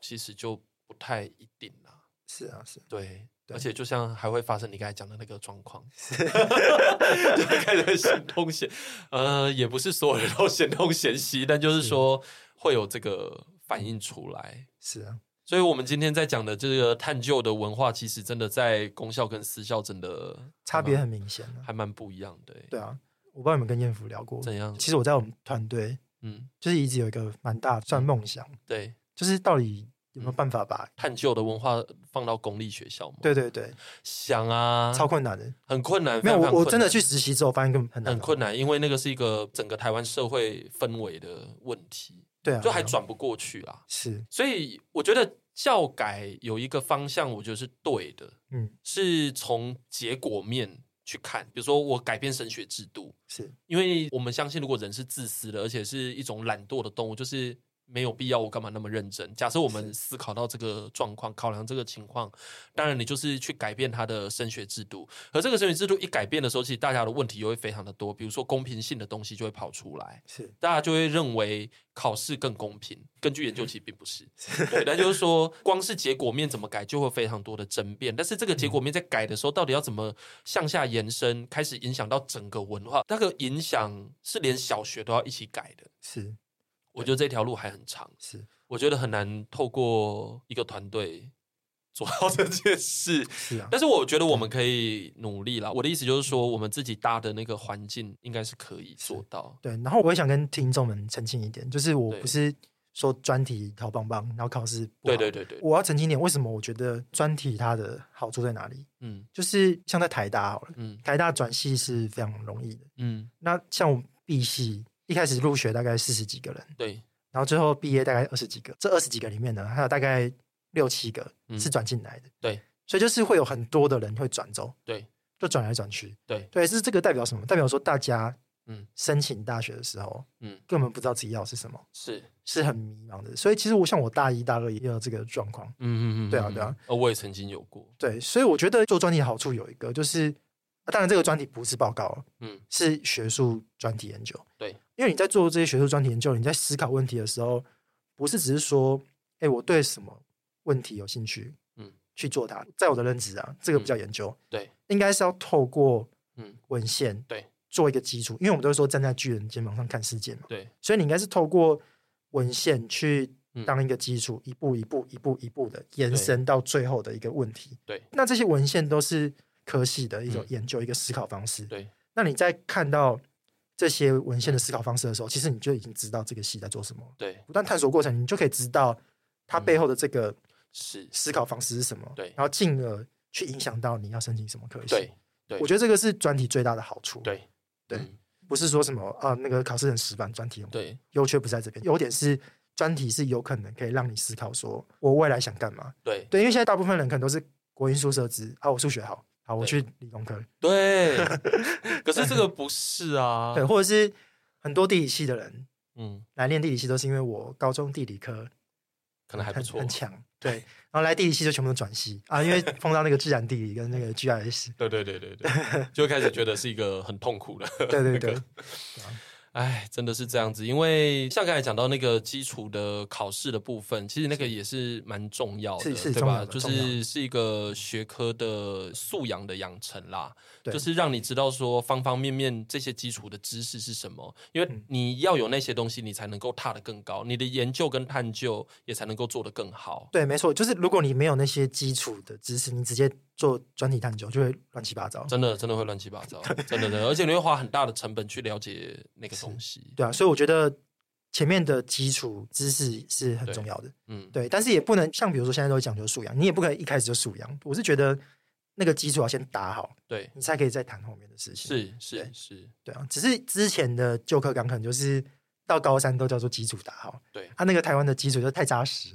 Speaker 1: 其实就不太一定啦。
Speaker 2: 是啊是，
Speaker 1: 对，
Speaker 2: 对
Speaker 1: 而且就像还会发生你刚才讲的那个状况，就开始嫌东嫌，呃，也不是所有人都嫌东嫌西，但就是
Speaker 2: 是
Speaker 1: 说会有这个反应出来。
Speaker 2: 是啊，
Speaker 1: 所以，我们今天在讲的这个探究的文化，其实真的在公校跟私校真的
Speaker 2: 差别很明显啊。
Speaker 1: 还蛮不一样的、欸。
Speaker 2: 对啊，我不知道你们跟艳福聊过，
Speaker 1: 怎样？
Speaker 2: 其实我在我们团队
Speaker 1: 嗯，
Speaker 2: 就是一直有一个蛮大算梦想，
Speaker 1: 对，
Speaker 2: 就是到底
Speaker 1: 嗯
Speaker 2: 有没有办法把？
Speaker 1: 探究的文化放到公立学校吗？，
Speaker 2: 对对对，
Speaker 1: 想啊，
Speaker 2: 超困难的。
Speaker 1: 很困难。
Speaker 2: 没有，
Speaker 1: 非常
Speaker 2: 我我
Speaker 1: 困
Speaker 2: 真的
Speaker 1: 难
Speaker 2: 去实习之后发现根本很难
Speaker 1: 很
Speaker 2: 搞，
Speaker 1: 困难，因为那个是一个整个台湾社会氛围的问题。
Speaker 2: 对啊，
Speaker 1: 就还
Speaker 2: 对啊
Speaker 1: 转不过去啦。
Speaker 2: 是
Speaker 1: 所以我觉得教改有一个方向，我觉得是对的，
Speaker 2: 嗯
Speaker 1: 是从结果面去看，比如说我改变升学制度，
Speaker 2: 是
Speaker 1: 因为我们相信，如果人是自私的，而且是一种懒惰的动物，就是没有必要我干嘛那么认真。假设我们
Speaker 2: 是
Speaker 1: 思考到这个状况，考量这个情况，当然你就是去改变他的升学制度。而这个升学制度一改变的时候，其实大家的问题又会非常的多，比如说公平性的东西就会跑出来。
Speaker 2: 是
Speaker 1: 大家就会认为考试更公平。根据研究，其实并不是。对，那就是说，光是结果面怎么改，就会非常多的争辩。但是这个结果面在改的时候，到底要怎么向下延伸，开始影响到整个文化？那个影响是连小学都要一起改的。
Speaker 2: 是
Speaker 1: 我觉得这条路还很长，
Speaker 2: 是
Speaker 1: 我觉得很难透过一个团队做到这件事。
Speaker 2: 是啊，
Speaker 1: 但是我觉得我们可以努力啦。我的意思就是说，我们自己搭的那个环境应该是可以做到。
Speaker 2: 对。然后我也想跟听众们澄清一点，就是我
Speaker 1: 对
Speaker 2: 不是说专题考棒棒，然后考试不
Speaker 1: 对
Speaker 2: 好
Speaker 1: 对对对，
Speaker 2: 我要澄清一点，为什么我觉得专题它的好处在哪里？
Speaker 1: 嗯
Speaker 2: 就是像在台大好了，
Speaker 1: 嗯
Speaker 2: 台大转系是非常容易的。
Speaker 1: 嗯，
Speaker 2: 那像我们 B 系一开始入学大概四十几个人，
Speaker 1: 对。
Speaker 2: 然后最后毕业大概二十几个，这二十几个里面呢，还有大概六七个
Speaker 1: 嗯
Speaker 2: 是转进来的。
Speaker 1: 对，
Speaker 2: 所以就是会有很多的人会转走，
Speaker 1: 对，
Speaker 2: 就转来转去。
Speaker 1: 对
Speaker 2: 对，是这个代表什么？代表说大家
Speaker 1: 嗯
Speaker 2: 嗯申请大学的时候，
Speaker 1: 嗯
Speaker 2: 嗯根本不知道自己要的是什么，
Speaker 1: 是，
Speaker 2: 是很迷茫的。所以其实我像我大一大二也有这个状况。
Speaker 1: 嗯嗯嗯，
Speaker 2: 对啊
Speaker 1: 嗯
Speaker 2: 对啊，
Speaker 1: 呃，我也曾经有过，
Speaker 2: 对，所以我觉得做专题的好处有一个，就是啊当然这个专题不是报告，
Speaker 1: 嗯，
Speaker 2: 是学术专题研究。
Speaker 1: 对，
Speaker 2: 因为你在做这些学术专题研究，你在思考问题的时候，不是只是说，哎，我对什么问题有兴趣，
Speaker 1: 嗯，
Speaker 2: 去做它。在我的认知啊，这个不叫研究，
Speaker 1: 对，
Speaker 2: 应该是要透过
Speaker 1: 嗯，
Speaker 2: 文献
Speaker 1: 对
Speaker 2: 做一个基础，因为我们都是说站在巨人肩膀上看世界嘛，
Speaker 1: 对，
Speaker 2: 所以你应该是透过文献去
Speaker 1: 嗯
Speaker 2: 当一个基础，一步一步、一步一步的延伸到最后的一个问题。
Speaker 1: 对
Speaker 2: 那这些文献都是科系的一种
Speaker 1: 嗯
Speaker 2: 研究、一个思考方式。
Speaker 1: 对，
Speaker 2: 那你在看到这些文献的思考方式的时候，其实你就已经知道这个系在做什么。
Speaker 1: 对，
Speaker 2: 不断探索过程，你就可以知道它背后的这个
Speaker 1: 是，
Speaker 2: 思考方式是什么，
Speaker 1: 嗯对
Speaker 2: 然后进而去影响到你要申请什么科系。
Speaker 1: 对，对
Speaker 2: 我觉得这个是专题最大的好处。
Speaker 1: 对，
Speaker 2: 对
Speaker 1: 嗯
Speaker 2: 不是说什么啊，那个考试很死板，专题很
Speaker 1: 对，
Speaker 2: 优缺不在这边，优点是专题是有可能可以让你思考说我未来想干嘛。
Speaker 1: 对，
Speaker 2: 对，因为现在大部分人可能都是国英数设置啊，我数学好，好我去理工科，
Speaker 1: 对。可是这个不是啊，
Speaker 2: 对，或者是很多地理系的人
Speaker 1: 嗯，
Speaker 2: 来练地理系都是因为我高中地理科
Speaker 1: 可能还不
Speaker 2: 很
Speaker 1: 错
Speaker 2: 很，强，对，然后来地理系就全部都转系啊，因为碰到那个自然地理跟那个 GIS，
Speaker 1: 对对对对对，就开始觉得是一个很痛苦的。
Speaker 2: 对对对，
Speaker 1: 哎，真的是这样子，因为像刚才讲到那个基础的考试的部分，其实那个也是蛮重要的，
Speaker 2: 是是
Speaker 1: 对
Speaker 2: 重
Speaker 1: 吧？
Speaker 2: 要的
Speaker 1: 就
Speaker 2: 重要
Speaker 1: 是是一个学科的素养的养成啦，
Speaker 2: 对
Speaker 1: 就是让你知道说方方面面这些基础的知识是什么，因为
Speaker 2: 嗯
Speaker 1: 你要有那些东西，你才能够踏得更高，你的研究跟探究也才能够做得更好。
Speaker 2: 对，没错，就是如果你没有那些基础的知识，你直接做专题探究就会乱七八糟。
Speaker 1: 真的，真的会乱七八糟，真的真的，而且你会花很大的成本去了解那个东西。
Speaker 2: 对啊，所以我觉得前面的基础知识是很重要的。
Speaker 1: 嗯，
Speaker 2: 对，但是也不能像比如说现在都讲究素养，你也不可能一开始就素养。我是觉得那个基础要先打好，
Speaker 1: 对，
Speaker 2: 你才可以再谈后面的事情。，
Speaker 1: 是是
Speaker 2: 对
Speaker 1: 是，
Speaker 2: 对啊。只是之前的旧课纲可能就是到高三都叫做基础打好，
Speaker 1: 对
Speaker 2: 他、那个台湾的基础就太扎实。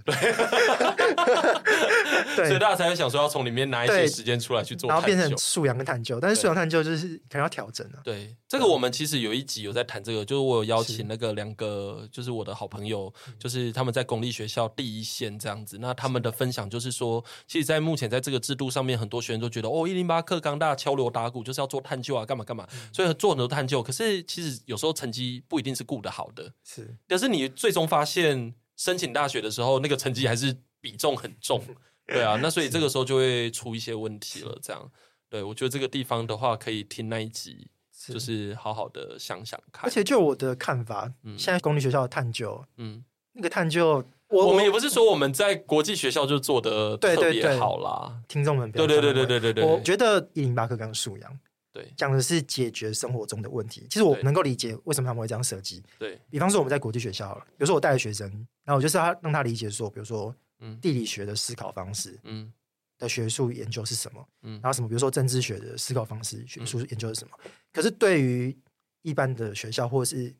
Speaker 1: 所以
Speaker 2: 对。
Speaker 1: 大家才会想说要从里面拿一些
Speaker 2: 对
Speaker 1: 时间出来去做
Speaker 2: 然后
Speaker 1: 探
Speaker 2: 变成
Speaker 1: 究。
Speaker 2: 素养跟探究，但是素养探究就是可能要调整啊。
Speaker 1: 对，这个我们其实有一集有在谈这个，就是我有邀
Speaker 2: 是
Speaker 1: 请那个两个，就是我的好朋友，
Speaker 2: 嗯
Speaker 1: 就是他们在公立学校第一线这样子。那他们的分享就是说，其实，在目前在这个制度上面，很多学生都觉得哦，一零八课纲大家敲锣打鼓就是要做探究啊，干嘛干嘛，
Speaker 2: 嗯
Speaker 1: 所以做很多探究。可是其实有时候成绩不一定是顾得好的，
Speaker 2: 是，
Speaker 1: 但是你最终发现申请大学的时候，那个成绩还是比重很 重，对啊，那所以这个时候就会出一些问题了。这样，对我觉得这个地方的话，可以听那一集，
Speaker 2: 是
Speaker 1: 就是好好的想想看。
Speaker 2: 而且就我的看法，
Speaker 1: 嗯
Speaker 2: 现在公立学校的探究，
Speaker 1: 嗯，
Speaker 2: 那个探究，
Speaker 1: 我
Speaker 2: 我
Speaker 1: 们也不是说我们在国际学校就做的
Speaker 2: 对
Speaker 1: 特
Speaker 2: 对
Speaker 1: 别
Speaker 2: 对
Speaker 1: 好啦，
Speaker 2: 听众们不
Speaker 1: 对
Speaker 2: 要
Speaker 1: 对对
Speaker 2: 这
Speaker 1: 对
Speaker 2: 样
Speaker 1: 对对对，
Speaker 2: 我觉得一零八课纲素养
Speaker 1: 对
Speaker 2: 讲的是解决生活中的问题。其实我
Speaker 1: 对
Speaker 2: 能够理解为什么他们会这样设计。
Speaker 1: 对
Speaker 2: 比方说我们在国际学校好了，比如说我带了学生，然后我就是要让他理解说，比如说
Speaker 1: 嗯
Speaker 2: 地理学的思考方式
Speaker 1: 嗯
Speaker 2: 的学术研究是什么，
Speaker 1: 嗯
Speaker 2: 然后什么比如说政治学的思考方式学术研究是什么。可是对于一般的学校或者是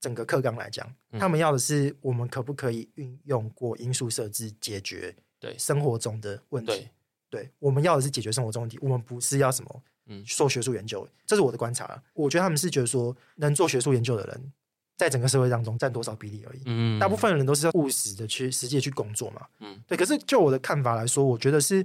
Speaker 2: 整个课纲来讲，
Speaker 1: 嗯
Speaker 2: 他们要的是我们可不可以运用过因素设置解决
Speaker 1: 对
Speaker 2: 生活中的问题
Speaker 1: 对。
Speaker 2: 对，我们要的是解决生活中的问题，我们不是要什么
Speaker 1: 嗯
Speaker 2: 做学术研究。这是我的观察啊，我觉得他们是觉得说，能做学术研究的人，在整个社会当中占多少比例而已。
Speaker 1: 嗯，
Speaker 2: 大部分人都是要务实的去实际地去工作嘛。
Speaker 1: 嗯
Speaker 2: 对，可是就我的看法来说，我觉得是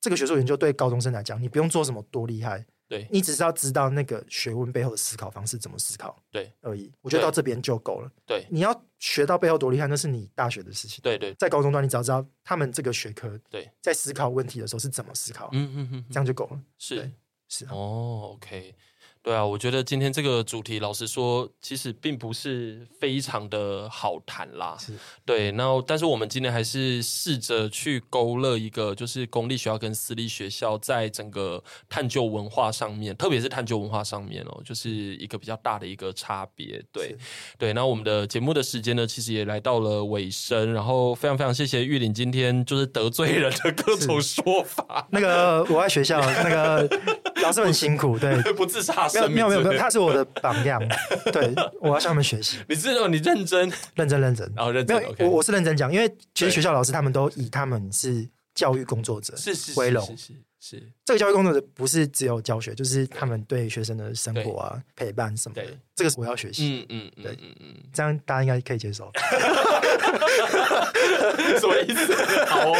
Speaker 2: 这个学术研究对高中生来讲，你不用做什么多厉害，
Speaker 1: 对
Speaker 2: 你只是要知道那个学问背后的思考方式怎么思考
Speaker 1: 对
Speaker 2: 而已。我觉得
Speaker 1: 对
Speaker 2: 到这边就够了。
Speaker 1: 对
Speaker 2: 你要学到背后多厉害，那是你大学的事情。
Speaker 1: 对对，
Speaker 2: 在高中端，你只要知道他们这个学科
Speaker 1: 对
Speaker 2: 在思考问题的时候是怎么思考，
Speaker 1: 嗯嗯嗯嗯，
Speaker 2: 这样就够了。
Speaker 1: 是
Speaker 2: 对。是啊，
Speaker 1: 哦，OK，对啊，我觉得今天这个主题，老实说，其实并不是非常的好谈啦。
Speaker 2: 是
Speaker 1: 对，那但是我们今天还是试着去勾勒一个，就是公立学校跟私立学校在整个探究文化上面，特别是探究文化上面哦，就是一个比较大的一个差别。对
Speaker 2: 是，
Speaker 1: 对，那我们的节目的时间呢，其实也来到了尾声，然后非常非常谢谢玉林今天就是得罪人的各种说 法，
Speaker 2: 那个我在学校那 个老师很辛苦，对，
Speaker 1: 不自杀
Speaker 2: 没有
Speaker 1: 生
Speaker 2: 没有没
Speaker 1: 命
Speaker 2: 有，
Speaker 1: 之类
Speaker 2: 没有
Speaker 1: 的
Speaker 2: 他是我的榜样，对我要向他们学习，
Speaker 1: 你知道你认真，
Speaker 2: 认真认真。
Speaker 1: 然哦后认
Speaker 2: 没
Speaker 1: 真
Speaker 2: 有，
Speaker 1: ，OK，
Speaker 2: 我我是认真讲，因为其
Speaker 1: 对
Speaker 2: 实学校老师他们都以他们是教育工作者
Speaker 1: 是是
Speaker 2: 为
Speaker 1: 是
Speaker 2: 荣
Speaker 1: 是，是是，
Speaker 2: 这个教育工作者不是只有教学，就是他们对学生的生活啊、陪伴什么
Speaker 1: 对
Speaker 2: 的，这个是我要学习，
Speaker 1: 嗯嗯嗯
Speaker 2: 对
Speaker 1: 嗯嗯，
Speaker 2: 这样大家应该可以接受。
Speaker 1: 什么意思？好哦。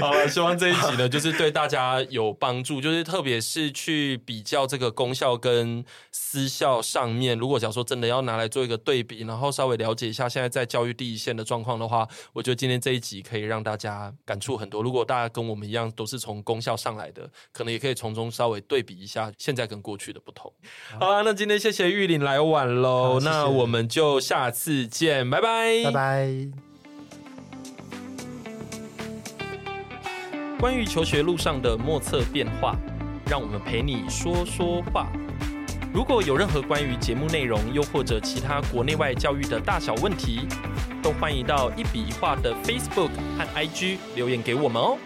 Speaker 1: 好了，希望这一集呢，就是对大家有帮助，就是特别是去比较这个公校跟私校上面，如果假如说真的要拿来做一个对比，然后稍微了解一下现在在教育第一线的状况的话，我觉得今天这一集可以让大家感触很多。如果大家跟我们一样都是从公校上来的，可能也可以从中稍微对比一下现在跟过去的不同。好啦，那今天谢谢玉林来晚喽
Speaker 2: 好，谢谢
Speaker 1: 那我们就下次见，拜拜，
Speaker 2: 拜。拜。
Speaker 1: 关于求学路上的莫测变化，让我们陪你说说话。如果有任何关于节目内容，又或者其他国内外教育的大小问题，都欢迎到一笔一画的 Facebook 和 IG 留言给我们哦。